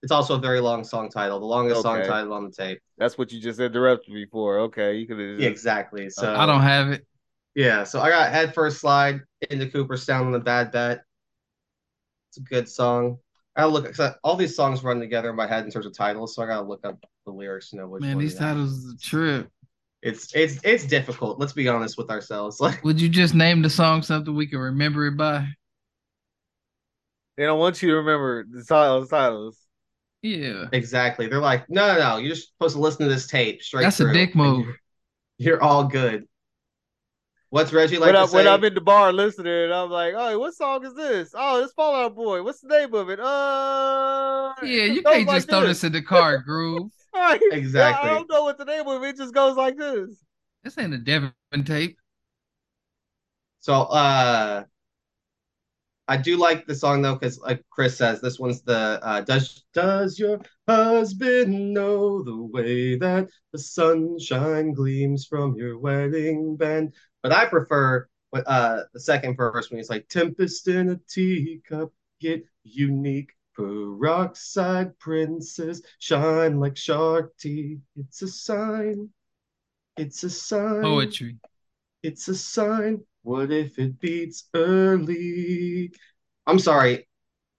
it's also a very long song title, the longest song Okay. title on the tape. That's what you just interrupted me for. Okay, you could have. Yeah, exactly. So I don't have it. Yeah, so I got head first slide into Cooperstown on the bad bet. It's a good song. I gotta look 'cause I- all these songs run together in my head in terms of titles, so I gotta look up the lyrics to know which Man, one these it is. titles is a trip. It's it's it's difficult. Let's be honest with ourselves. Like Would you just name the song something we can remember it by? They don't want you to remember the titles. titles. Yeah. Exactly. They're like, no, no, no. You're just supposed to listen to this tape straight. That's a through, dick and move. You're, you're all good. What's Reggie like when, I, to say? when I'm in the bar listening, I'm like, "Oh, what song is this? Oh, it's Fallout Boy. What's the name of it? Uh, Yeah, it you goes can't like just throw this in the car, groove. Right. Exactly. I don't know what the name of it. It just goes like this. This ain't a Devin tape. so, uh, I do like the song though, because like Chris says, this one's the uh, does does your husband know the way that the sunshine gleams from your wedding band? But I prefer what, uh, the second verse when he's like tempest in a teacup, get unique. Peroxide princess, shine like shark teeth. It's a sign. It's a sign. Poetry. It's a sign. What if it beats early? I'm sorry.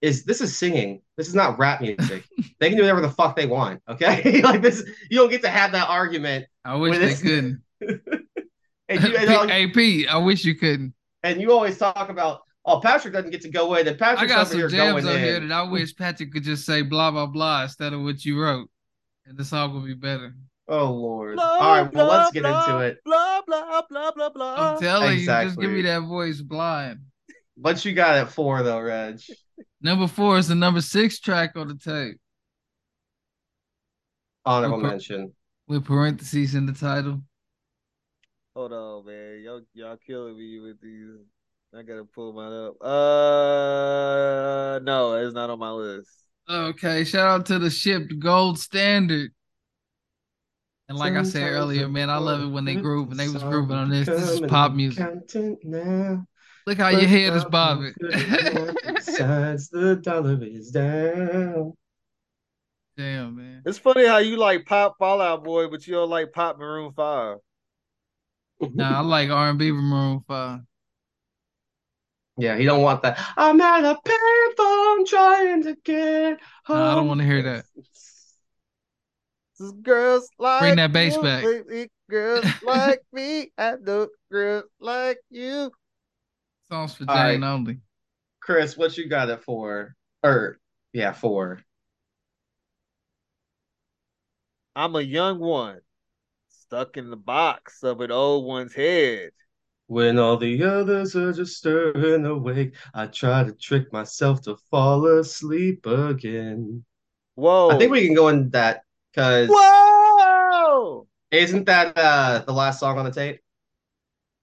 Is this is singing? This is not rap music. they can do whatever the fuck they want. Okay, like this, you don't get to have that argument. I wish Well, they this- couldn't. and, you, and, all- AP, I wish you couldn't. and you always talk about, oh, Patrick doesn't get to go in, and I Patrick's got over some here jams going on in. here that I wish Patrick could just say blah blah blah instead of what you wrote, and the song would be better. Oh Lord! Blah, all right, well, blah, let's get blah, into it. Blah blah blah blah blah. I'm telling you, just give exactly. me that voice blind. What you got at four though, Reg? Number four is the number six track on the tape. Honorable Okay. mention. with parentheses in the title. Hold on, man. Y'all y'all killing me with these. I gotta pull mine up. Uh no, it's not on my list. Okay, shout out to the shipped gold standard. And like I said earlier, man, I love it when they groove and they was grooving on this. This is pop music. Look how your head is bobbing. Besides the dollar is down. Damn, man. It's funny how you like pop Fallout Boy, but you don't like pop Maroon Five. Nah, I like R and B from Maroon Five. Yeah, he don't want that. I'm at a payphone trying to get home. Nah, I don't want to hear that. This girls like Bring that bass you, back. baby. Girls like me, I know girls like you. Songs for All right. Jane only. Chris, what you got it for? Or yeah, for I'm a young one, stuck in the box of an old one's head. when all the others are just stirring awake. I try to trick myself to fall asleep again. Whoa! I think we can go into that because Whoa! isn't that uh the last song on the tape?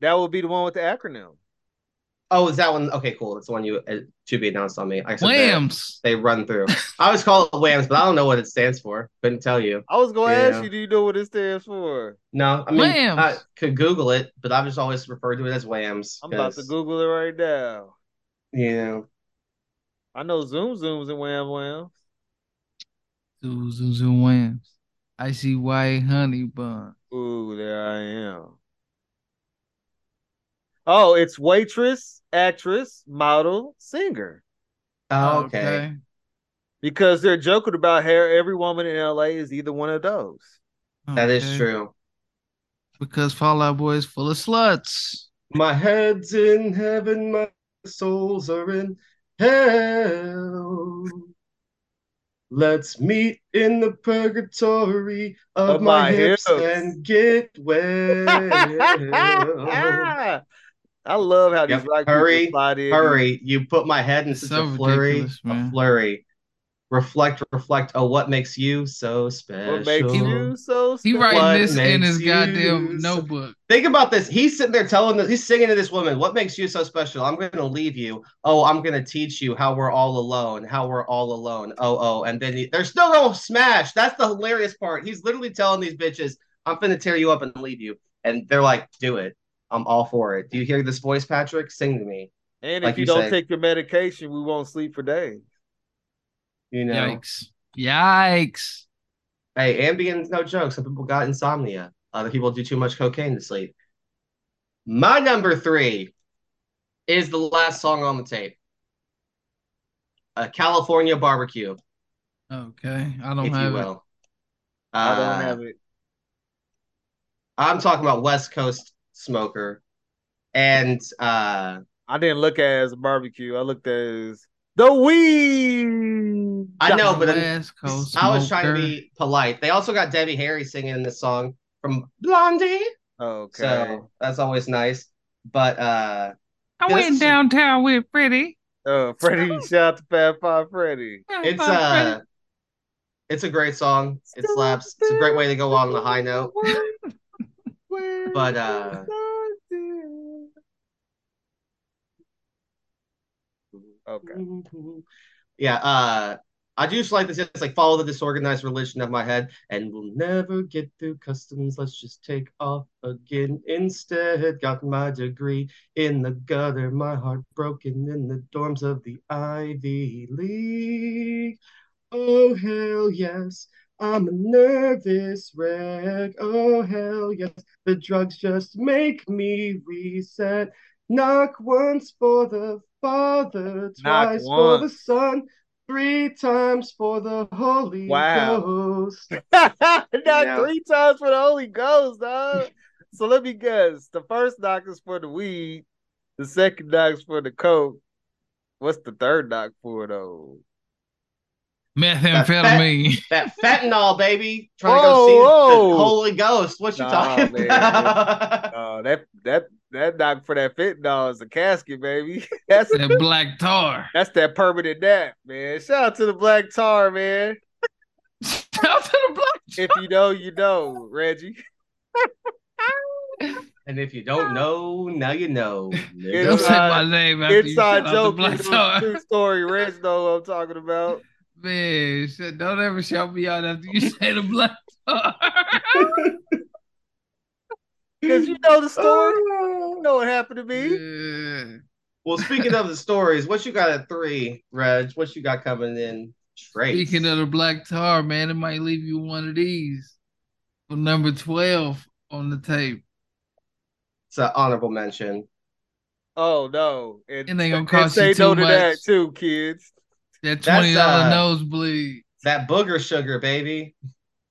That would be the one with the acronym. Oh, is that one? Okay, cool. That's the one you uh, to be announced on me. I said that. Whams. They run through. I always call it Whams, but I don't know what it stands for. Couldn't tell you. I was gonna ask Yeah. you, do you know what it stands for? No, I mean Whams. I could Google it, but I've just always referred to it as Whams. I'm about to 'cause, Google it right now. You know, I know Zoom Zooms and Wham Wham. Zoom, zoom, zoom, whams. Icy white honey bun. Ooh, there I am. Oh, it's waitress, actress, model, singer. Oh, okay. Because they're joking about hair. Every woman in LA is either one of those. that is Okay. true. Because Fallout Boy is full of sluts. My head's in heaven, my souls are in hell. Let's meet in the purgatory of, Of my, my hips, hips. and get well. I love how these Yep, black hurry, people slide in. Hurry, you put my head in such So a flurry, ridiculous, a man. flurry. Reflect, reflect. Oh, what makes you so special? What makes you so He special? writing What this in makes his you goddamn so- notebook. Think about this. He's sitting there telling this, he's singing to this woman, What makes you so special? I'm going to leave you. Oh, I'm going to teach you how we're all alone, how we're all alone. Oh, oh. And then he, there's still no smash. That's the hilarious part. He's literally telling these bitches, I'm going to tear you up and leave you. And they're like, Do it. I'm all for it. Do you hear this voice, Patrick? Sing to me. And Like if you, you don't said. take your medication, we won't sleep for days. You know, Yikes. Yikes. hey, Ambien's no joke. Some people got insomnia, other people do too much cocaine to sleep. My number three is the last song on the tape. A California barbecue. Okay. I don't if you have it. will. I don't Uh, have it. I'm talking about West Coast smoker, and uh, I didn't look at it as a barbecue. I looked at it as the weed. I know, but I'm- West Coast I was trying to smoker. be polite. They also got Debbie Harry singing this song from Blondie, Okay. so that's always nice. But uh, I this went is- downtown with Freddie. Uh, Freddie, shout out to Fat Five Freddy. it's uh, it's a great song. It slaps. It's a great way to go on the high note. But, uh, okay. Yeah, uh I do just like this. It's like follow the disorganized religion of my head, and we'll never get through customs. Let's just take off again instead. Got my degree in the gutter, my heart broken in the dorms of the Ivy League. Oh hell yes, I'm a nervous wreck. Oh hell yes, the drugs just make me reset. Knock once for the father, Knock twice for the once. son, three times for the Holy Wow. Ghost. Not Yeah. three times for the Holy Ghost, dog. so let me guess. The first knock is for the weed. The second knock is for the coke. What's the third knock for though? Methamphetamine. That fentanyl, baby, trying to Whoa, go see whoa. the Holy Ghost. What you Nah, talking man. about? Uh, that that that knock for that fentanyl is a casket, baby. That's that black tar. that's that permanent nap, man. Shout out to the Black Tar, man. Shout out to the black If you know, you know, Reggie. And if you don't know, now you know. nigga. Don't It's, say uh, my name after you Inside shout out the joke, Black you know, Star. true story. Reg know what I'm talking about. Man, shit, don't ever shout me out after you say the Black Star. Because you know the story. You know what happened to me. Yeah. Well, speaking of the stories, what you got at three, Reg? What you got coming in? Trace. Speaking of the black tar, man, it might leave you one of these for number 12 on the tape. it's an honorable mention. Oh no. And, It ain't gonna and cost say you no too to that much. too, kids. That That's, $20 uh, nosebleed. That booger sugar, baby.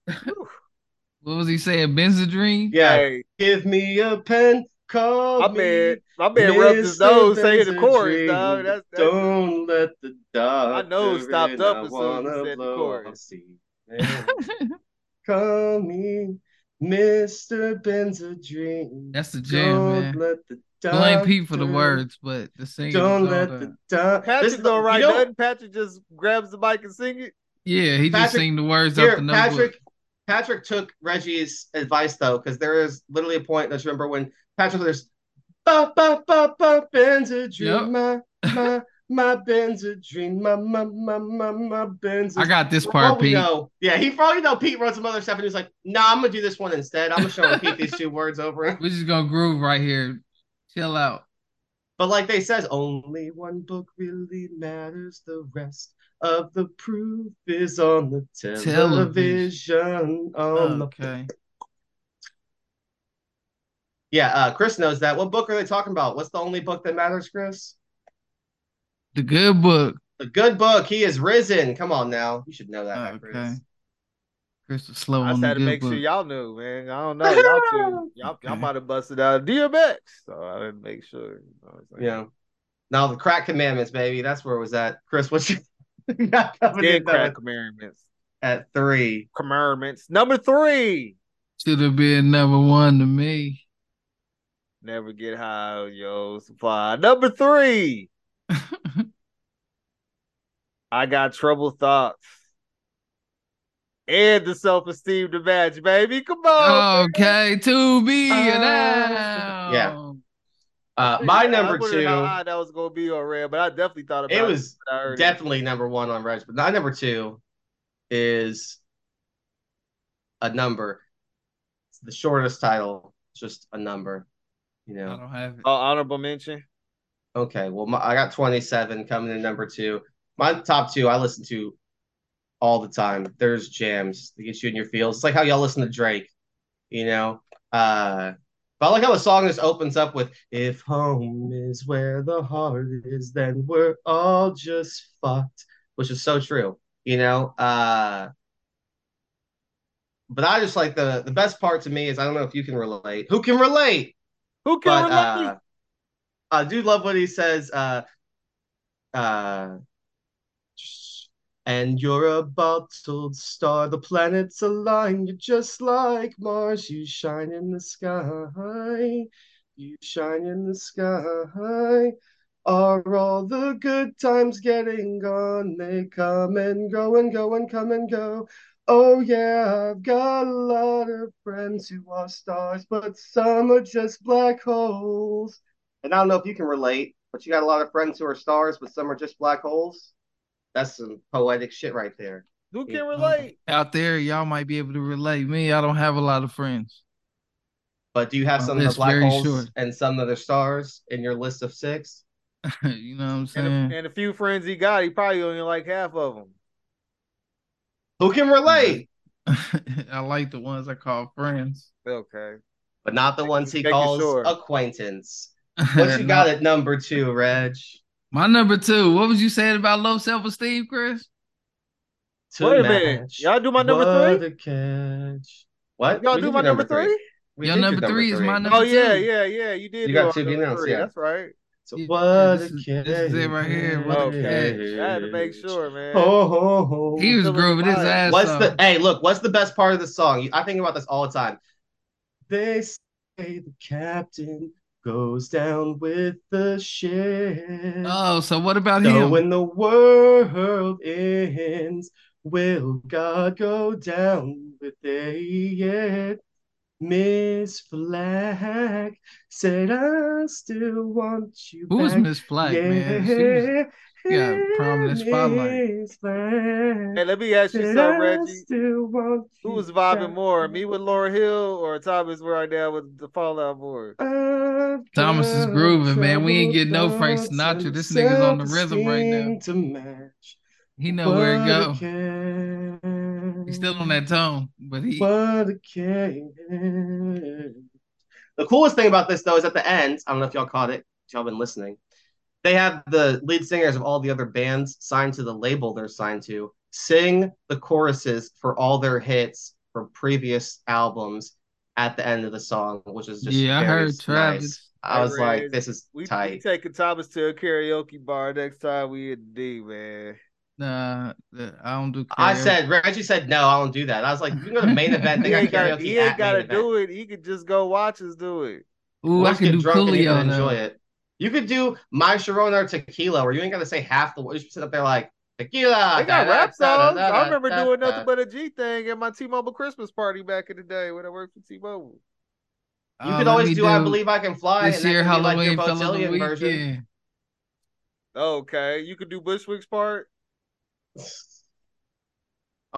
What was he saying? Benzedrine? Yeah. Hey, Give me a pen. Call my me. man, my man rubbed his Mr. nose saying the Benson chorus, Dream. dog. That's, that's Don't let the dog. nose stopped up as soon as you said the chorus. Call me Mr. Benzedrine. That's the jam, Don't man. let the dog. Blame Pete for the words, but the singing. Don't was all let there. the dog. This Patrick is the- don't write you know- nothing. Patrick just grabs the mic and sing it. Yeah, he just Patrick- sing the words Here, up the notebook. Patrick. Patrick took Reggie's advice though, because there is literally a point. Let's remember when Patrick there's ba ba ba ba Yep. Benzedrine, my my my Benzedrine, my my my my my Benzedrine. I got this For part, all we Pete. know- yeah, he probably know Pete wrote some other stuff, and he's like, "Nah, I'm gonna do this one instead. I'm gonna show him Pete these two words over." him." We're just gonna groove right here. Chill out. But like they says, only one book really matters. The rest of the proof is on the television. Television. Oh. On the Oh, Okay. yeah, uh, Chris knows that. What book are they talking about? What's the only book that matters, Chris? The good book. The good book. He is risen. Come on now, you should know that, Oh, okay. Chris. Chris was slow I on just the had to good make book. sure y'all knew, man. I don't know. Y'all two, y'all, y'all Okay. might have busted out DMX. So I didn't make sure. you know, it's like- Yeah. Now the crack commandments, baby. That's where it was at. Chris, what you you got coming Dead in though crack commandments. at three? Commandments. Number three. Should have been number one to me. Never get high on your supply. Number three. I got trouble thoughts. And the self-esteem to match, baby. Come on. okay, to be Uh, announced. yeah. Uh, my number I wondered two. How high that was gonna be on red, but I definitely thought about it. It was when I heard it. definitely number one on Reg, but my number two is a number. It's the shortest title, just a number. You I know. don't have it. Oh, honorable mention. Okay, well, my, I got 27 coming in number two. My top two I listen to all the time. There's jams that get you in your feels. It's like how y'all listen to Drake, you know? Uh, but I like how the song just opens up with If home is where the heart is, then we're all just fucked, which is so true, you know? Uh, but I just like the the best part to me is I don't know if you can relate. Who can relate? Who can but relate? uh, I do love what he says. Uh, uh, and you're a bottled star. The planets align. You're just like Mars. You shine in the sky. You shine in the sky. Are all the good times getting gone? They come and go and go and come and go. Oh, yeah, I've got a lot of friends who are stars, but some are just black holes. And I don't know if you can relate, but you got a lot of friends who are stars, but some are just black holes. That's some poetic shit right there. Who can relate? Out there, y'all might be able to relate. Me, I don't have a lot of friends. But do you have My some that are list black very holes short. and some that are stars in your list of six? you know what I'm Mm-hmm. saying? And a, and a few friends he got, he probably only like half of them. Who can relate? I like the ones I call friends. Okay. But not the ones he Making calls sure. acquaintance. What you got at number two, Reg? My number two. What was you saying about low self esteem, Chris? To Wait a minute. match. Y'all do my number what three? a catch. What? Y'all We do did my your number three? We Your did your number three is my number Oh yeah, two. yeah, yeah. You did. You do got our to be number announced, three. yeah. That's right. So Yeah, what this a is- catch. this is it right here, what a Okay. I had to make sure, man. Oh, ho, ho. He was Feeling the grooving his vibe. ass What's off. the hey? Look, what's the best part of the song? You- I think about this all the time. They say the captain goes down with the ship. oh, so what about so him? when the world ends, will God go down the day yet. Miss Flag said, I still want you. Who was back." Miss Flag, man? She was- yeah, prominent spotlight. Miss Flag Hey, let me ask you said, something, "I Reggie. still want Who you was vibing back." more, me with Laura Hill or Thomas right now with the Fallout Boy? I've Thomas is got grooving, man. We ain't getting no troubled Frank thoughts Sinatra. and This nigga's on the rhythm right now. self-esteem To match, He know where to go. go. He's still on that tone, but he What a game. The coolest thing about this though is at the end, I don't know if y'all caught it, if y'all been listening. They have the lead singers of all the other bands signed to the label they're signed to sing the choruses for all their hits from previous albums at the end of the song, which is just Yeah, I very heard Travis. nice. I I was read- like, this is We, we tight. taking Thomas to a karaoke bar next time we hit the D, man. nah. uh, I don't do. Karaoke. I said Reggie said no, I don't do that. I was like, you can go to main event, they He got ain't karaoke got he at ain't main gotta event. do it. He could just go watch us do it. "Ooh, I Let's can get do drunk and you Coolio can enjoy though." it. You could do My Sharona or Tequila, where you ain't got to say half the words. You should sit up there like Tequila. They got rap songs. da-da-da-da-da-da-da." I remember doing nothing but a G thing at my T-Mobile Christmas party back in the day when I worked for T-Mobile. You Uh, could let always me do, I Believe I Can Fly. this and year that could be like Halloween your fell on the Botillion version. weekend. Okay, you could do Bushwick's part.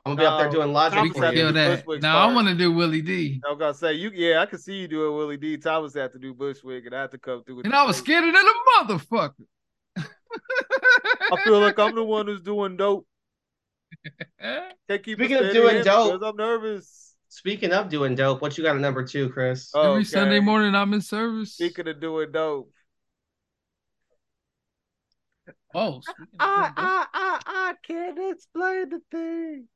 I'm gonna be up there No, doing logic We Thomas for had can to you. kill do that. Bushwick's No, I part. want to do Willie D. I was gonna say you. Yeah, I could see you doing Willie D. Thomas had to do Bushwick, and I had to come through. with And the I was same. scared of the motherfucker. I feel like I'm the one who's doing dope. Eh? Can't keep a Speaking of steady doing hand dope- because I'm nervous. Speaking of doing dope, what you got at number two, Chris? Oh, Every Sunday okay. morning I'm in service. Speaking of doing dope. oh, speaking of I doing dope. I I I can't explain the thing.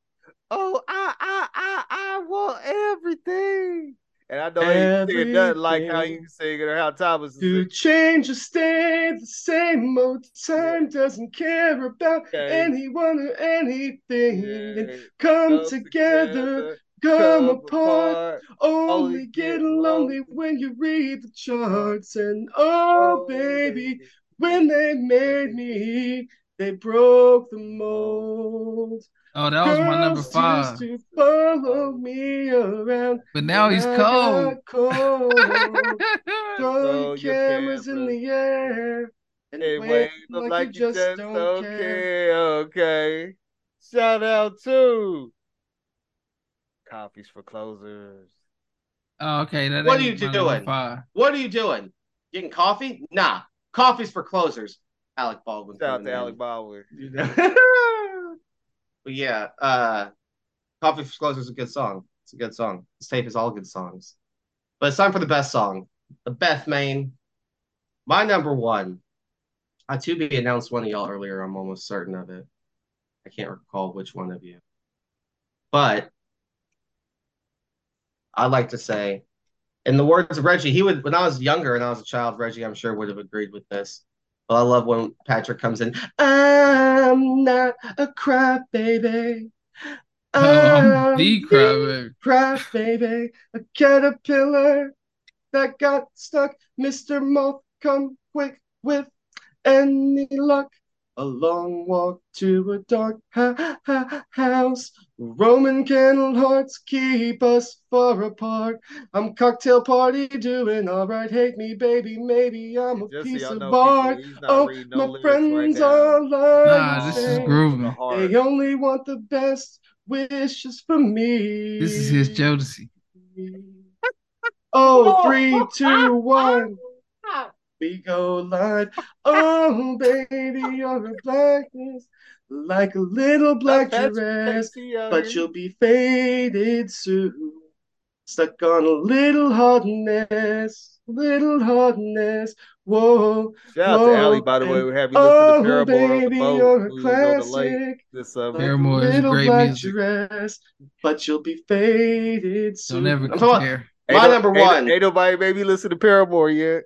Oh, I I I I want everything. And I know he ain't singing nothing like how you Everything. sing it or how Thomas is To singing. change or stay the same old time doesn't care about Okay. anyone or anything. And Yeah. come Come together, come come apart. apart. Only get lonely when you read the charts. And oh, baby, when they made me, they broke the mold. Oh, that was my number Girls used five. to follow me around. But now and he's I cold. got cold. Throw Throw your your cameras in cameras. the air and It wave wave like, like you just don't care. care. Okay. Shout out to Copies for Closers. Oh, okay, that ain't What are you my number doing? Five. What are you doing? Getting coffee? Nah, coffee's for closers. Alec Baldwin. Shout out coming to in. Alec Baldwin. You know? but yeah, uh, Coffee for Closers is a good song. It's a good song. This tape is all good songs. But it's time for the best song, the Beth Main. My number one. I to be announced one of y'all earlier. I'm almost certain of it. I can't recall which one of you. But I like to say, in the words of Reggie, he would when I was younger and I was a child, Reggie, I'm sure would have agreed with this. But I love when Patrick comes in. I'm not a crap baby. Um, Oh, I'm the crybaby. Crap baby, a caterpillar that got stuck. Mr. Moth, come quick with any luck. A long walk to a dark ha- ha- house. Roman candle hearts keep us far apart. I'm cocktail party doing all right. Hate me, baby. Maybe I'm a Just so piece y'all of know, art. people, he's not Oh, reading no my lyrics right friends now. are lying. Nah, this is Song grooving. from the heart. They only want the best wishes for me. This is his Jodeci. Oh, three, two, one. We go live. Oh, baby, you're a blackness, like a little black Patrick dress, Casey out but here. you'll be faded soon. Stuck on a little hardness, little hardness. Whoa. Shout out to Whoa, Allie, by the way. and- We have you listen to Oh, Paramore on the baby, boat. you're We a was on the lake classic. this summer. Like a Paramore is little great black music. dress, but you'll be faded soon. Don't ever I'm talking about compare. my Ain't no- number ain't- one. Ain't nobody maybe listen to Paramore yet.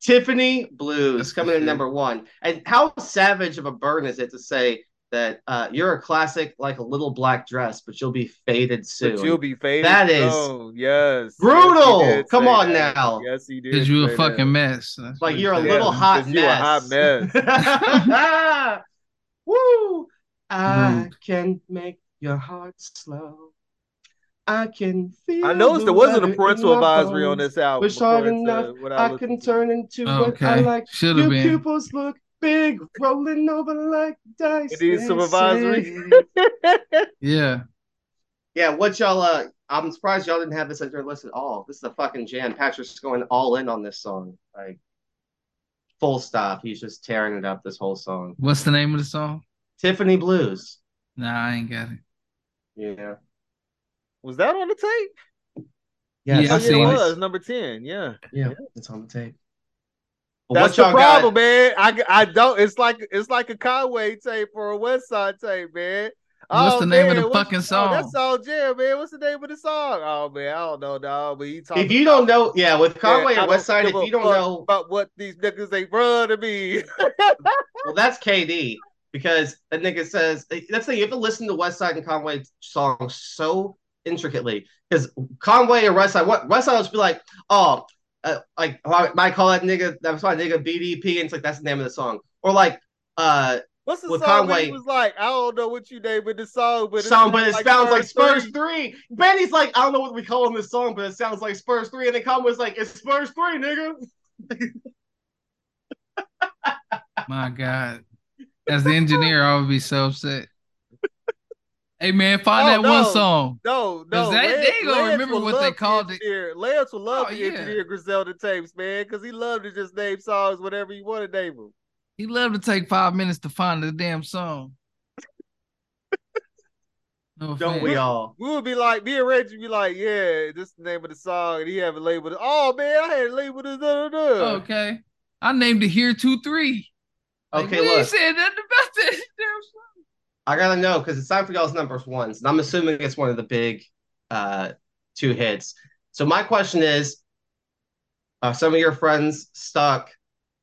Tiffany Blues That's for coming in sure. number one. And how savage of a burn is it to say that uh, you're a classic like a little black dress, but you'll be faded soon? But you'll be faded. That is soon. yes. Yes, he brutal. did Come say on that. now. Yes, he did. Because you a say that. fucking mess. That's what like he you're a said. little Yeah, hot 'cause you a hot mess. Woo! I Rude. Hmm. can make your heart slow. I can feel. I noticed the there wasn't a weather parental in my advisory on bones. this album. Wish hard before it enough said what I listened can to. turn into what I Oh, Okay. like. Should have Your been. pupils look big, rolling over like dice. It is they some advisory. say. Yeah. Yeah, what y'all uh I'm surprised y'all didn't have this as your list at all. This is a fucking jam. Patrick's going all in on this song. Like full stop. He's just tearing it up this whole song. What's the name of the song? Tiffany Blues. Nah, I ain't got it. Yeah. Was that on the tape? Yes. Oh, yeah, I it seen it. was number ten. Yeah. Yeah, it's on the tape. But That's what the y'all problem, got? man. I, I don't. It's like it's like a Conway tape or a West Side tape, man. What's Oh, the name of man, the what's- fucking Oh, song? that's all jam, man. What's the name of the song? Oh man, I don't know, dog. But he talking. If you don't know, yeah, with I Conway and don't West Side, if give a you don't fuck know, about what these niggas they run to me. well, that's KD because that nigga says that's the thing. You have to listen to West Side and Conway songs so intricately because Conway and West Side, what West Side would just be like, oh, uh, like oh, I might call that nigga. That's why nigga BDP, and it's like that's the name of the song, or like uh, What's the With song? Conway Conway. was like, I don't know what you name in the song, but it song, but it sounds like Spurs three. three. Benny's like, I don't know what we call in this song, but it sounds like Spurs three, and then Conway's like, it's Spurs three, nigga. My God. As the engineer, I would be so upset. Hey man, find Oh, that no. one song. No, no, Cause they- Lance- they ain't gonna Lance remember will what they love the called it. engineer. Lance will love Oh, the yeah. engineer Griselda tapes, man, because he loved to just name songs whatever you want to name them. He loved to take five minutes to find the damn song. No Don't we offense. all? We would be like, me and Reggie be like, yeah, this is the name of the song, and he have it labeled. it. Oh man, I had it labeled as da da da. Okay. I named it here two three. Like, Okay, we ain't look. said nothing about that damn song. I gotta know because it's time for y'all's numbers ones, and I'm assuming it's one of the big uh two hits. So my question is, are some of your friends stuck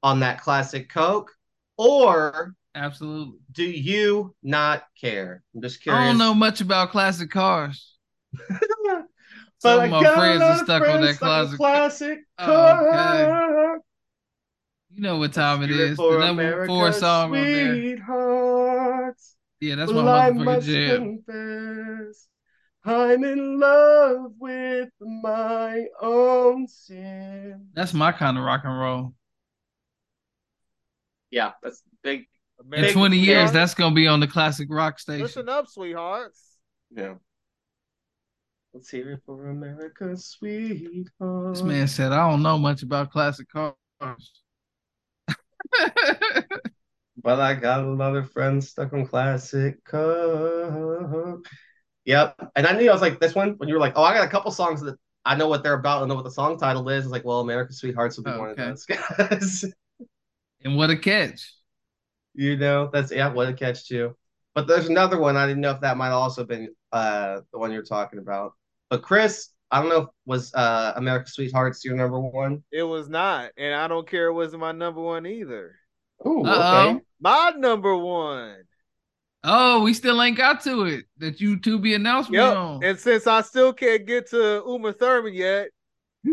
on that classic Coke, or Absolutely. do you not care? I'm just curious. I don't know much about classic cars. but Some I of my got a friends lot are of stuck on friends that stuck classic. on classic Okay. Coke. You know what time it Do it is. for The number four America, song on there. sweetheart. Yeah, that's well, my I motherfucking must jam. confess, I'm in love with my own sin. That's my kind of rock and roll. Yeah, that's big. In American 20 years, sweetheart. that's gonna be on the classic rock station. Listen up, sweethearts. Yeah. Let's hear it for America, sweetheart. This man said, I don't know much about classic cars. But I got a lot of friends stuck on classic Coke. Yep. And I knew I was like, this one, when you were like, oh, I got a couple songs that I know what they're about, I know what the song title is. It's like, well, America Sweethearts would be Oh, one okay. of those guys. and what a catch. You know, that's yeah, what a catch too. But there's another one I didn't know if that might also been uh the one you're talking about. But Chris, I don't know if was uh America Sweethearts your number one. It was not, and I don't care. It wasn't my number one either. Ooh, Uh-oh. okay. My number one. Oh, we still ain't got to it. That you two be announced me Yep. on. And since I still can't get to Uma Thurman yet,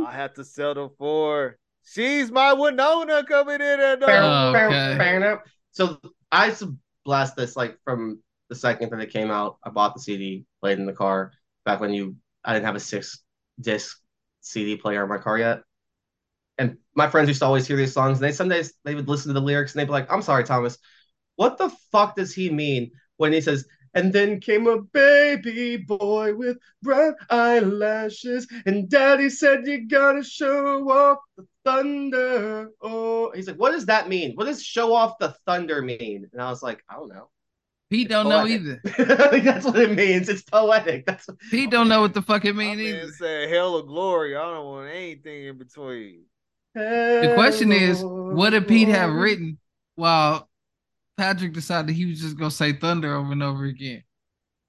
I have to settle for she's my Winona coming in at number Oh, Fair- okay. fair enough. So I s- blast this like from the second that it came out. I bought the CD, played in the car back when you I didn't have a six disc CD player in my car yet. And my friends used to always hear these songs, and they some days they would listen to the lyrics and they'd be like, I'm sorry, Thomas, what the fuck does he mean when he says, and then came a baby boy with brown eyelashes, and daddy said, You gotta show off the thunder. Oh, he's like, What does that mean? What does show off the thunder mean? And I was like, I don't know. Pete don't know poetic. either. I think that's what it means. It's poetic. That's what... Pete don't know what the fuck it My mean either. man said hell of glory. I don't want anything in between. The question is, what did Pete have written while Patrick decided he was just gonna say thunder over and over again?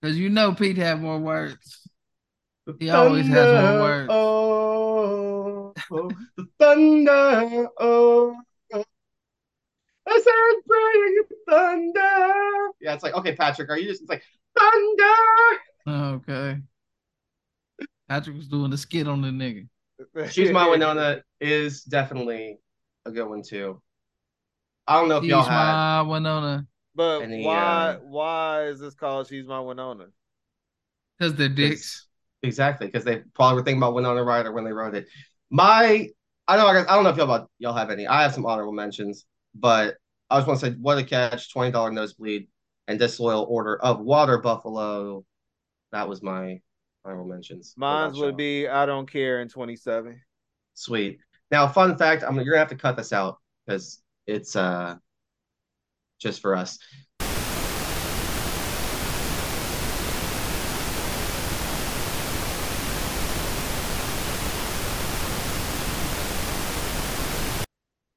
Because you know Pete had more words. He always has more Thunder, words. Oh, oh, the thunder. Oh, oh. I sound praying thunder. Yeah, it's like, okay, Patrick, are you just it's like thunder? Okay. Patrick was doing the skit on the nigga. She's my Winona is definitely a good one too. I don't know if She's y'all had. my Winona. But And he, why uh, why is this called She's My Winona? Because they're dicks. Exactly, because they probably were thinking about Winona Ryder when they wrote it. My, I know, I, guess, I don't know if y'all about y'all have any. I have some honorable mentions, but I just want to say what a catch, twenty dollar nosebleed, and disloyal order of water buffalo. That was my honorable mentions. for Mine that would show. be I don't care in 27. sweet. Now, fun fact, I'm you're gonna have to cut this out because it's uh just for us.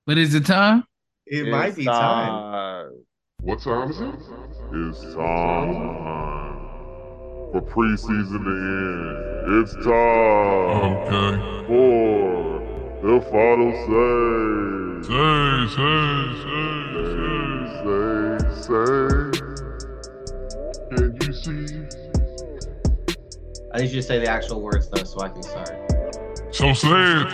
But is it time? It might be time. What time is it? It's time for preseason to end. It's time Okay. for the final say. Say, say, say, say. Say, say. Can you see? I need you to say the actual words though, so I can start. So say it.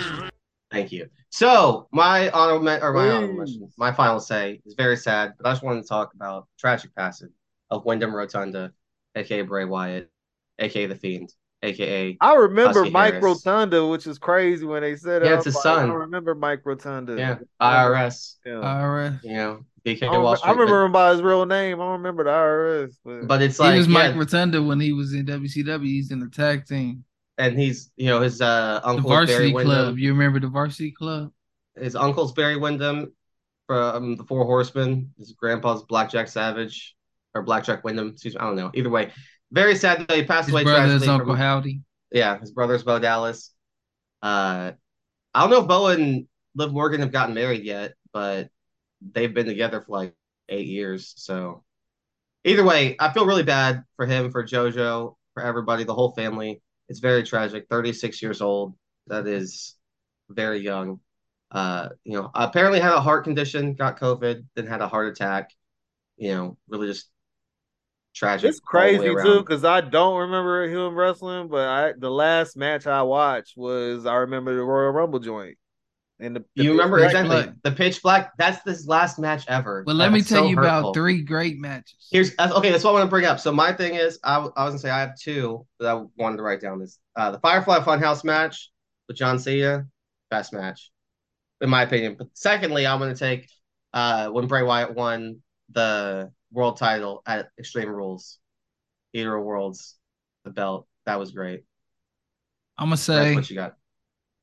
Thank you. So my honorable men- or my honorable Please. mention, my final say is very sad, but I just wanted to talk about tragic passing of Wyndham Rotunda, aka Bray Wyatt, aka the Fiend, aka I remember Husky Mike Harris. Rotunda, which is crazy when they said Yeah, it. it's I'm his like, son. I remember Mike Rotunda. yeah IRS. Yeah. All right. You know, BK I, don't- Wall I Street. but- remember him by his real name. I don't remember the IRS, but, but, it's he like was yeah, Mike Rotunda when he was in WCW. He's in the tag team, and he's you know his uh the uncle is Barry Varsity Wyndham. Club. You remember the Varsity Club? his uncle's Barry Wyndham from the Four Horsemen. His grandpa's Blackjack Savage or Blackjack Wyndham. Excuse me. I don't know. Either way, very sad that he passed His away brother's tragically. Uncle From, Howdy. yeah, his brother's Bo Dallas. Uh, I don't know if Bo and Liv Morgan have gotten married yet, but they've been together for like eight years. So either way, I feel really bad for him, for JoJo, for everybody, the whole family. It's very tragic. 36 years old. That is very young. Uh, you know, apparently had a heart condition, got COVID, then had a heart attack. You know, really just tragic. it's all the way crazy too around. because I don't remember him wrestling. But I, the last match I watched was I remember the Royal Rumble joint. And the, the You remember Pitch Black exactly Match. the pitch black. That's this last match ever. Well, let me That's tell so you hurtful. about three great matches. Here's that's- okay. That's what I want to bring up. So my thing is, I, w- I was gonna say I have two that I wanted to write down. This uh, the Firefly Funhouse match with John Cena, best match in my opinion. But secondly, I'm gonna take uh, when Bray Wyatt won the world title at Extreme Rules, Theater of Worlds, the belt. That was great. I'm gonna That's say what you got.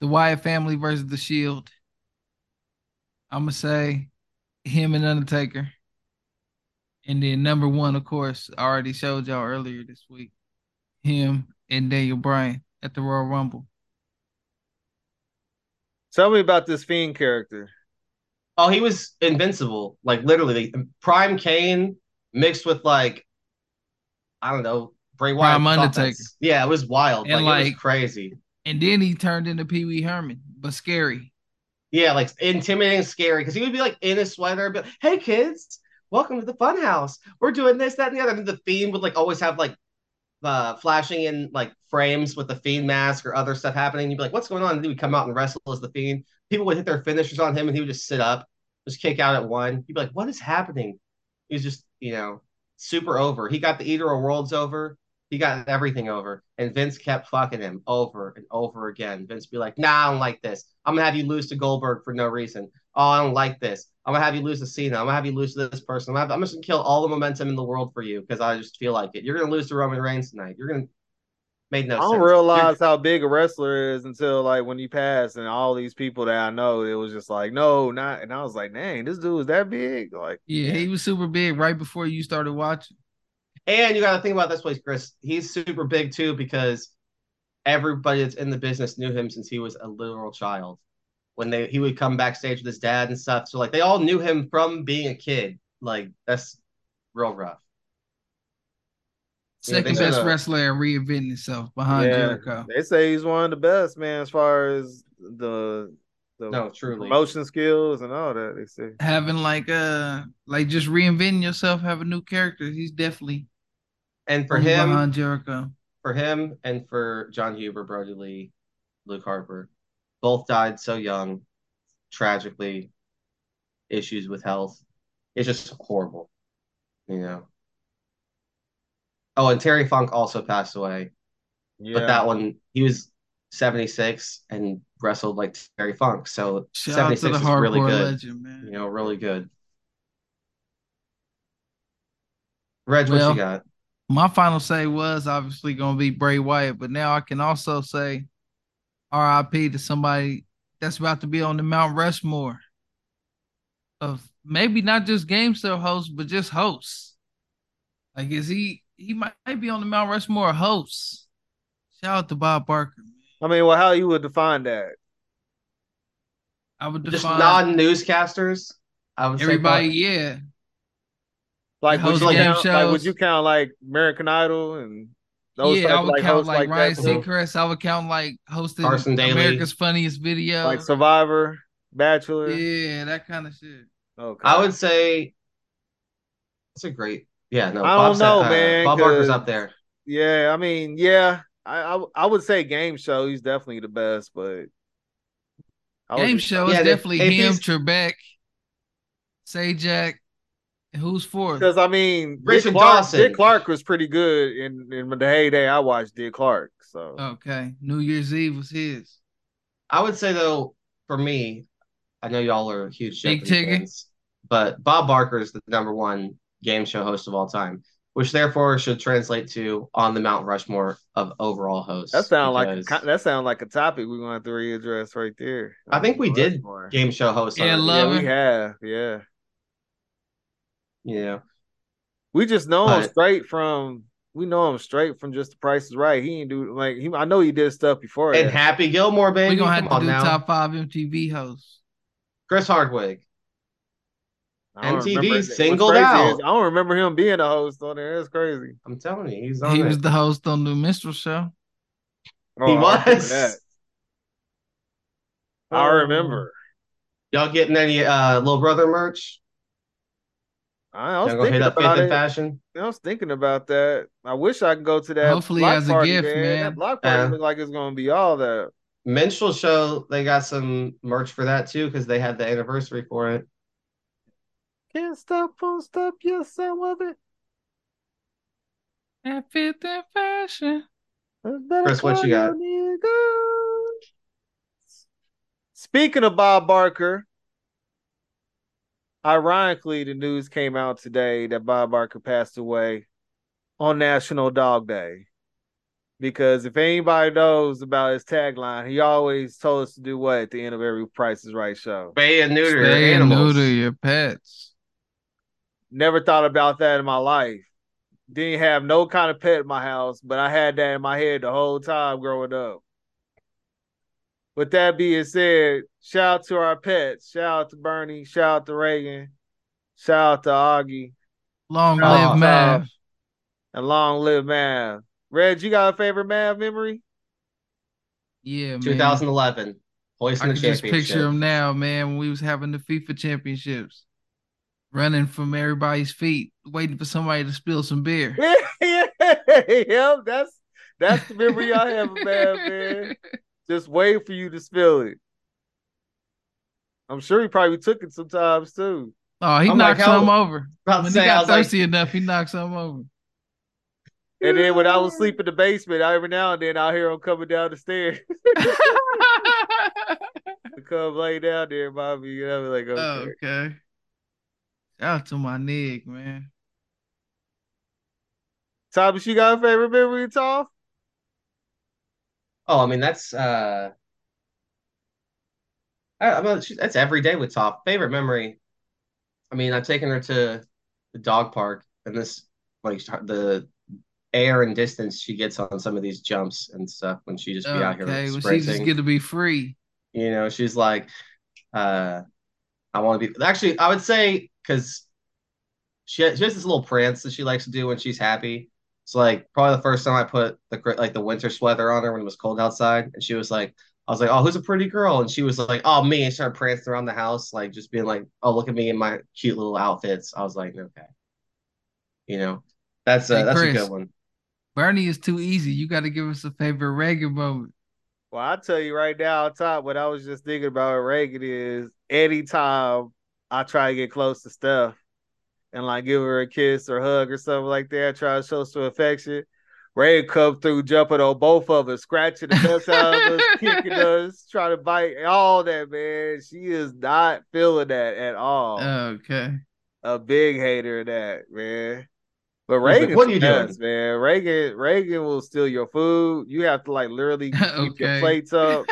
the Wyatt family versus the Shield. I'm gonna say him and Undertaker. And then number one, of course, I already showed y'all earlier this week. Him and Daniel Bryan at the Royal Rumble. Tell me about this fiend character. Oh, he was invincible. Like literally, like, prime Kane mixed with like I don't know Bray Wyatt. Prime Undertaker. Yeah, it was wild. And, like, it like- was crazy. And then he turned into Pee Wee Herman, but scary. Yeah, like intimidating, scary. Because he would be like in a sweater, but hey kids, welcome to the fun house. We're doing this, that, and the other. And the fiend would like always have like uh flashing in like frames with the fiend mask or other stuff happening. You'd be like, what's going on? And he would come out and wrestle as the fiend. People would hit their finishers on him and he would just sit up, just kick out at one. He'd be like, What is happening? He was just, you know, super over. He got the Eater of Worlds over. He got everything over. And Vince kept fucking him over and over again. Vince be like, nah, I don't like this. I'm gonna have you lose to Goldberg for no reason. Oh, I don't like this. I'm gonna have you lose to Cena. I'm gonna have you lose to this person. I'm, gonna have- I'm just gonna kill all the momentum in the world for you because I just feel like it. You're gonna lose to Roman Reigns tonight. You're gonna made no I sense. don't You're- realize how big a wrestler is until like when he passed, and all these people that I know, it was just like, no, not. And I was like, dang, this dude is that big. Like, Yeah, he was super big right before you started watching. And you got to think about it this way, Chris. He's super big too because everybody that's in the business knew him since he was a literal child. When they he would come backstage with his dad and stuff, so like they all knew him from being a kid. Like that's real rough. Yeah, they Second best gotta- wrestler and reinventing himself behind Yeah. Jericho. they say he's one of the best, man, as far as the the No, truly. motion skills and all that. They say. Having like uh like just reinventing yourself, have a new character. He's definitely And for only him, behind Jericho. for him, and for John Huber, Brody Lee, Luke Harper, both died so young, tragically. Issues with health. It's just horrible, you know. Oh, and Terry Funk also passed away Yeah. But that one, he was 76 and wrestled like Terry Funk. So Shout out 76 to the is hardcore really good. legend, man. You know, really good. Reg, what Well, you got? My final say was obviously going to be Bray Wyatt, but now I can also say RIP to somebody that's about to be on the Mount Rushmore of maybe not just game show hosts, but just hosts. Like, is he, he might be on the Mount Rushmore of hosts. Shout out to Bob Barker. man. I mean, well, how you would define that? I would Just define non newscasters. I would everybody, say yeah. Like, would Host you game count, like, would shows. you count like American Idol and those yeah, type I of, would like count hosts like, Ryan that? too? Seacrest. I would count like hosting Carson Daly. America's Funniest Video. like Survivor, Bachelor. Oh, yeah, that kind of shit. Okay. I would say it's a great. Yeah, no. I don't Bob said- know, uh, man, Bob Barker's 'cause- up there. Yeah, I mean, yeah, I, I w- I would say game show. He's definitely the best, but I would Game just- show yeah, is if- definitely him, if he's- Trebek, Sajak, and who's fourth? Because I mean, Richard Dick Clark, Dawson. Dick Clark was pretty good in in the heyday. I watched Dick Clark, so Okay, New Year's Eve was his. I would say though, for me, I know y'all are huge Big Jeopardy ticket. fans, but Bob Barker is the number one game show host of all time, which therefore should translate to on the Mount Rushmore of overall hosts. that sounds like a, because co- that sounds like a topic we're going to have to readdress right there. I think we did More. game show hosts. Yeah, already, Yeah, we Lover. have. Yeah, you know. we just know him But- straight from we know him straight from just the Price is Right. He didn't do like he. I know he did stuff before. and that. Happy Gilmore, baby. We're gonna Come have to on do now. top five MTV hosts. Chris Hardwick. I don't MTV remember- what's singled crazy out. is I don't remember him being a host on there. It's crazy. I'm telling you, he's on he it. was the host on the Minstrel Show. Oh, he I remember that. was. Um, I remember. Y'all getting any uh little brother merch? I, I Y'all was gonna thinking hit up Fifth about and it. Fashion? I was thinking about that. I wish I could go to that. Hopefully block as a party, gift, man. That block party Yeah. looked like it's gonna be all that. Minstrel Show, they got some merch for that too because they had the anniversary for it. Can't stop, won't stop yourself of it. That fit that fashion. Chris, what you got? Speaking of Bob Barker, ironically, the news came out today that Bob Barker passed away on National Dog Day. Because if anybody knows about his tagline, he always told us to do what at the end of every Price is Right show. Bay and neuter your Stay and animals. neuter your pets. Never thought about that in my life. Didn't have no kind of pet in my house, but I had that in my head the whole time growing up. With that being said, shout out to our pets. Shout out to Bernie. Shout out to Reagan. Shout out to Augie. Long Oh, live uh, Mav. And long live Mav. Reg, you got a favorite Mav memory? Yeah, man. 2011, hoisting I the can just championship. picture him now, man, when we was having the FIFA championships, running from everybody's feet, waiting for somebody to spill some beer. yeah, that's that's the memory I have of Mav, man. just wait for you to spill it. I'm sure he probably took it sometimes too. Oh, he I'm like, knocked how- some over. About to When he say, I got was like, thirsty enough, he knocked some over. And then when I was sleeping in the basement, every now and then I hear him coming down the stairs to come lay down there by me. And I was like, Oh. okay. okay. Shout out to my nig, man. Thomas, you got a favorite memory, Tom? oh, I mean, that's uh, I, I mean, she- that's every day with Top. Favorite memory. I mean, I've taken her to the dog park, and this like the air and distance she gets on some of these jumps and stuff when she just be out here Okay, well, she sprinting. just get to be free. You know, she's like, uh, I want to be. Actually, I would say because she has, she has this little prance that she likes to do when she's happy. So like probably the first time I put the gr- like the winter sweater on her when it was cold outside, and she was like, I was like, oh, who's a pretty girl? And she was like, oh me, and started prancing around the house, like just being like, oh look at me in my cute little outfits. I was like, okay, you know, that's a Hey, that's a Chris. good one. Bernie is too easy. You got to give us a favorite Reagan moment. Well, I tell you right now, on top, what I was just thinking about with Reagan is anytime I try to get close to stuff and like give her a kiss or hug or something like that, try to show some affection. Ray come through, jumping on both of us, scratching the mess out of us, kicking us, trying to bite all that, man. She is not feeling that at all. Oh. Okay. a big hater of that, man. But but Reagan, what are you doing? man? Reagan, Reagan will steal your food. You have to like literally keep your Okay. plates up.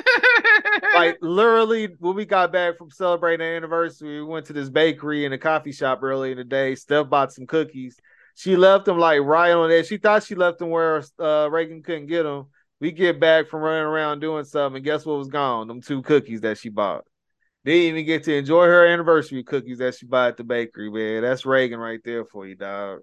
like literally, when we got back from celebrating our anniversary, we went to this bakery and a coffee shop early in the day. Steph bought some cookies. She left them like right on there. She thought she left them where uh, Reagan couldn't get them. We get back from running around doing something, and guess what was gone? Them two cookies that she bought. Didn't even get to enjoy her anniversary cookies that she bought at the bakery, man. That's Reagan right there for you, dog.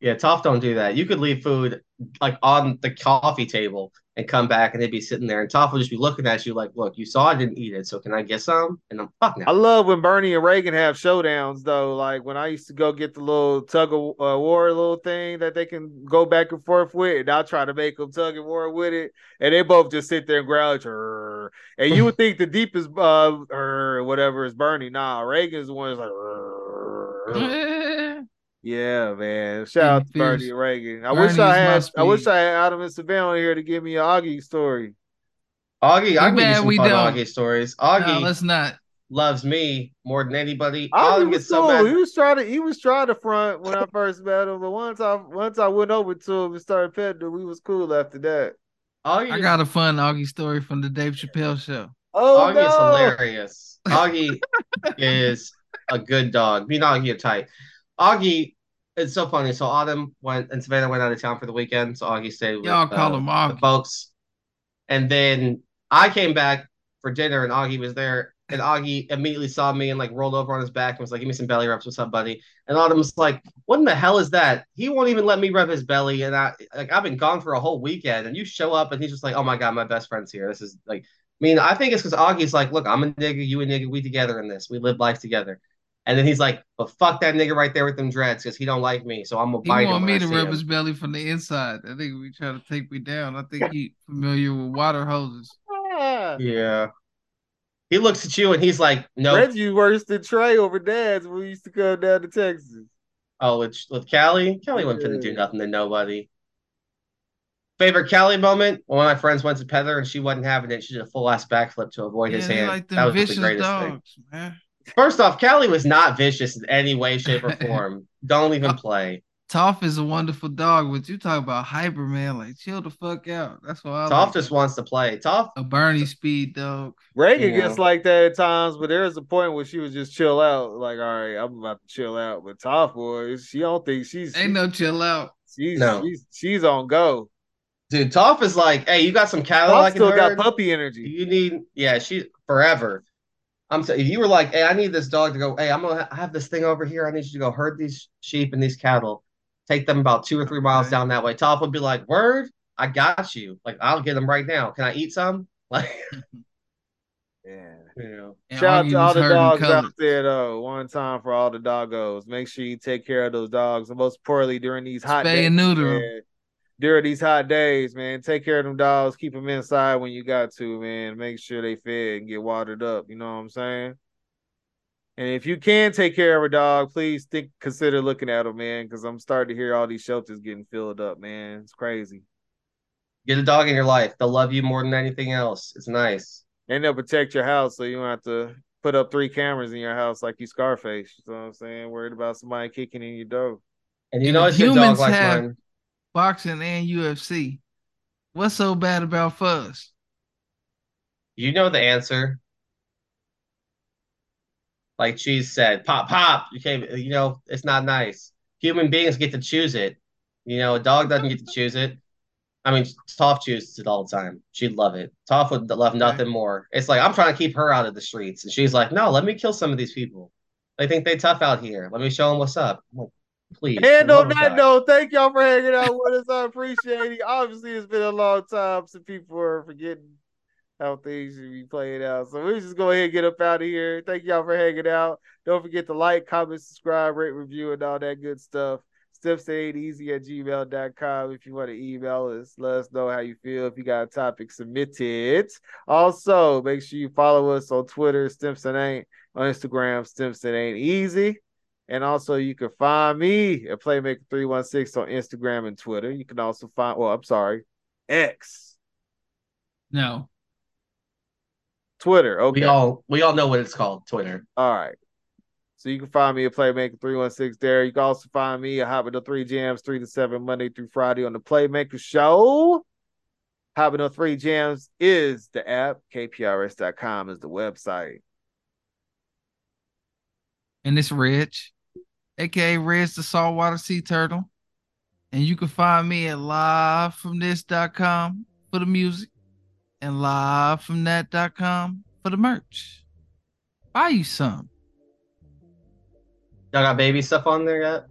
Yeah, Toph don't do that. You could leave food like on the coffee table and come back and they'd be sitting there and Toph would just be looking at you like, look, you saw I didn't eat it, so can I get some? And I'm fuck I no. love when Bernie and Reagan have showdowns though. Like when I used to go get the little tug of uh, war little thing that they can go back and forth with, and I'll try to make them tug and war with it, and they both just sit there and growl, "Rrr." and you would think the deepest uh "Rrr," whatever is Bernie. Nah, Reagan's the one that's like, "Rrr." yeah, man. Shout out to Fierce. Bernie and Reagan. I wish Bernie I had, is my I wish speed. I had Adam and Savannah on here to give me an Augie story. Augie, I Too can give you bad some we fun don't. Augie stories. no, Augie let's not. loves me more than anybody. Augie Augie was gets cool. so mad. He was trying to he was trying to front when I first met him, but once I once I went over to him and started petting him, we was cool after that. Augie I is- got a fun Augie story from the Dave Chappelle show. Oh Augie no! is hilarious. Augie is a good dog. Me and Augie are tight. Augie, it's so funny. So Autumn went and Savannah went out of town for the weekend. So Augie stayed with Y'all call uh, him the Augie. folks. And then I came back for dinner and Augie was there. And Augie immediately saw me and like rolled over on his back and was like, Give me some belly rubs. What's up, buddy? And Autumn was like, What in the hell is that? He won't even let me rub his belly. And I like I've been gone for a whole weekend. And you show up and he's just like, Oh my god, my best friend's here. This is like I mean, I think it's because Augie's like, look, I'm a nigga, you a nigga, we together in this. We live life together. And then he's like, but fuck that nigga right there with them dreads because he don't like me. So I'm gonna He bite want him. me when to I see rub him." his belly from the inside. I think we try to take me down. I think he familiar with water hoses. Yeah. Yeah. He looks at you and he's like, no. Reggie worse than Trey over dads when we used to go down to Texas. Oh, with, with Callie? Callie wasn't gonna do Yeah. nothing to nobody. Favorite Callie moment? When my friends went to Pether and she wasn't having it. She did a full ass backflip to avoid his they hand. like that them was vicious the greatest thing. dogs, man. First off, Callie was not vicious in any way, shape, or form. don't even play. Toph is a wonderful dog, but you talk about hyper man, like chill the fuck out. That's why I Toph like just that. wants to play. Toph a Bernie speed dog. Reagan Yeah. gets like that at times, but there's a point where she was just chill out. Like, all right, I'm about to chill out. But Top Boy, she don't think she's Ain't no chill out. she's, No. she's she's on go. Dude, Toph is like, hey, you got some cattle I I can still got herd? puppy energy. You need, yeah, she forever. I'm saying, if you were like, hey, I need this dog to go, hey, I'm gonna ha- have this thing over here. I need you to go herd these sheep and these cattle. Take them about two or three miles Okay. down that way. Toph would be like, word, I got you. Like, I'll get them right now. Can I eat some? Like, Yeah. you know. And Shout out Augie to all was the hurt in dogs color. out there, though. One time for all the doggos. Make sure you take care of those dogs, and most poorly during these hot Spay days. and neuter 'em. man. During these hot days, man, take care of them dogs. Keep them inside when you got to, man. Make sure they fed and get watered up. You know what I'm saying? And if you can take care of a dog, please think, consider looking at them, man, because I'm starting to hear all these shelters getting filled up, man. It's crazy. Get a dog in your life. They'll love you more than anything else. It's nice. And they'll protect your house, so you don't have to put up three cameras in your house like you Scarface. You know what I'm saying? Worried about somebody kicking in your door. And you And know, if it's your dog humans like have- mine. Boxing and UFC. What's so bad about fuzz? You know the answer. Like Cheese said, pop, pop. You can't, you know, it's not nice. Human beings get to choose it. You know, a dog doesn't get to choose it. I mean, Toph chooses it all the time. She'd love it. Toph would love nothing more. It's like, I'm trying to keep her out of the streets. And she's like, no, let me kill some of these people. They think they tough out here. Let me show them what's up. I'm like, please. And on love a that guy. note, thank y'all for hanging out with us. I appreciate it. Obviously, it's been a long time since people are forgetting how things should be played out. So we're just go ahead and get up out of here. Thank y'all for hanging out. Don't forget to like, comment, subscribe, rate, review, and all that good stuff. Steps ain't easy at gmail.com if you want to email us. Let us know how you feel if you got a topic submitted. Also, make sure you follow us on Twitter, Stimson Ain't, on Instagram, Stimson Ain't Easy. And also, you can find me at Playmaker316 on Instagram and Twitter. You can also find, well, I'm sorry, X, No. Twitter. Okay. We all we all know what it's called, Twitter. All right. So you can find me at Playmaker 316 there. You can also find me at Hopping on 3 Jams 3 to 7 Monday through Friday on the Playmaker Show. Hopping on 3 Jams is the app. KPRS.com is the website. And it's Rich, aka Rich the saltwater sea turtle. And you can find me at livefromthis.com for the music and livefromthat.com for the merch. Buy you some. Y'all got baby stuff on there yet?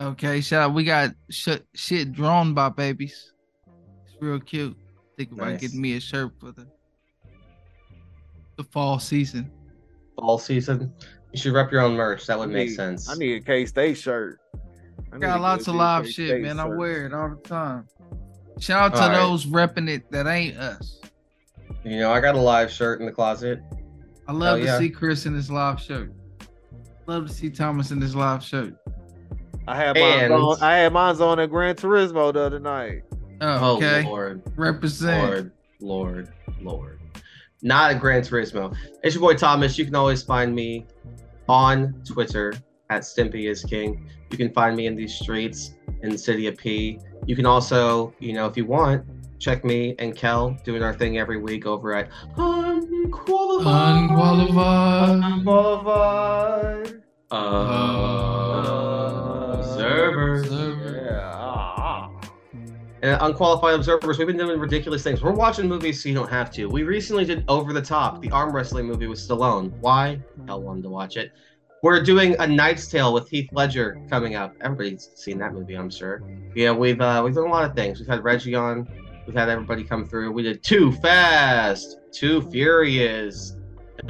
Okay, shout out. We got sh- shit drawn by babies. It's real cute. Think about Nice. getting me a shirt for the the fall season. Fall season. You should rep your own merch. That would make Indeed. sense. I need a K State shirt. I need to Got get lots a of big live K-State shit, man. I shirt. wear it all the time. Shout out to All right. those repping it that ain't us. you know, I got a live shirt in the closet. I love Hell to Oh, yeah. see Chris in his live shirt. Love to see Thomas in his live shirt. I had mine And- on. I had mine on at Gran Turismo the other night. Oh, okay. Oh Lord, Represent. Lord, Lord, Lord. Not at Gran Turismo. It's your boy Thomas. You can always find me on Twitter at Stimpy is King. You can find me in these streets in the city of P. You can also, you know, if you want, check me and Kel doing our thing every week over at Unqualified. Unqualified. Boulevard. Uh, Observers. Observer. Yeah. ah, ah. And Uh, unqualified observers, we've been doing ridiculous things. We're watching movies so you don't have to. We recently did Over the Top, the arm wrestling movie with Stallone. Why? Hell wanted to watch it. We're doing A Knight's Tale with Heath Ledger coming up. Everybody's seen that movie, I'm sure. Yeah, we've uh, we've done a lot of things. We've had Reggie on. We've had everybody come through. We did Too Fast, Too Furious.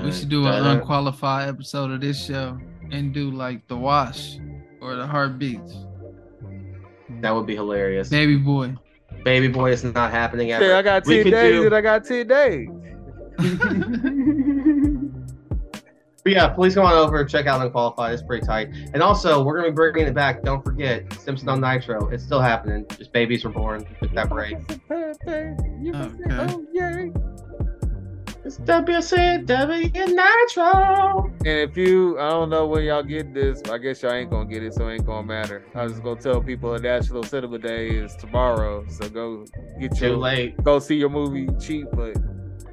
We should do an Uh, unqualified episode of this show and do like the wash or the heartbeats. That would be hilarious. Baby boy. Baby Boy is not happening ever. Say I got ten We could days. do- and I got ten days. But yeah, please come on over, check out Unqualified. It's pretty tight. And also, we're gonna be bringing it back. Don't forget Simpson on Nitro. It's still happening. Just babies were born. Took that break. Okay. It's WCW Nitro. And if you, I don't know when y'all get this. I guess y'all ain't gonna get it, so it ain't gonna matter. I was just gonna tell people that National Cinema Day is tomorrow, so go get Too your late. go see your movie cheap, but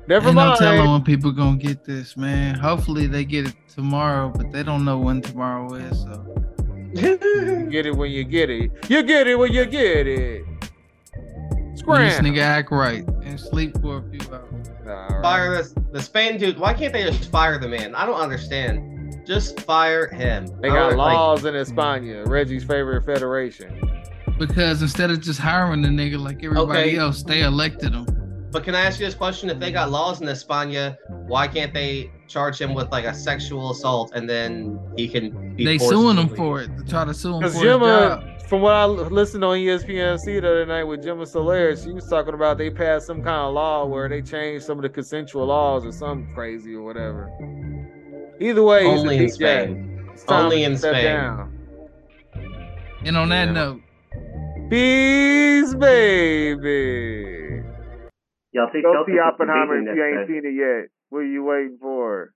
never Ain't no mind. telling when people gonna get this, man. Hopefully they get it tomorrow, but they don't know when tomorrow is. So You get it when you get it. You get it when you get it. When this Scram. nigga act right and sleep for a few hours. Nah, all right. Fire this the Spain dude. Why can't they just fire the man? I don't understand. Just fire him. They I got don't, like- Mm. laws in España, Reggie's favorite federation. Because instead of just hiring the nigga like everybody Okay. else, they elected him. But can I ask you this question? If they got laws in España, why can't they charge him with like a sexual assault and then he can be they forced suing to him leave? for it. To try to sue him for Because his job. Gemma, from what I l- listened on E ESPNC the other night with Gemma Solaire, she was talking about they passed some kind of law where they changed some of the consensual laws or something crazy or whatever. Either way, he's a Only in DJ. Spain. It's time Only to in step Spain. down. And on that Yeah. note, Peace, baby. Y'all तो Go see Oppenheimer if you ain't seen it yet. What are you waiting for?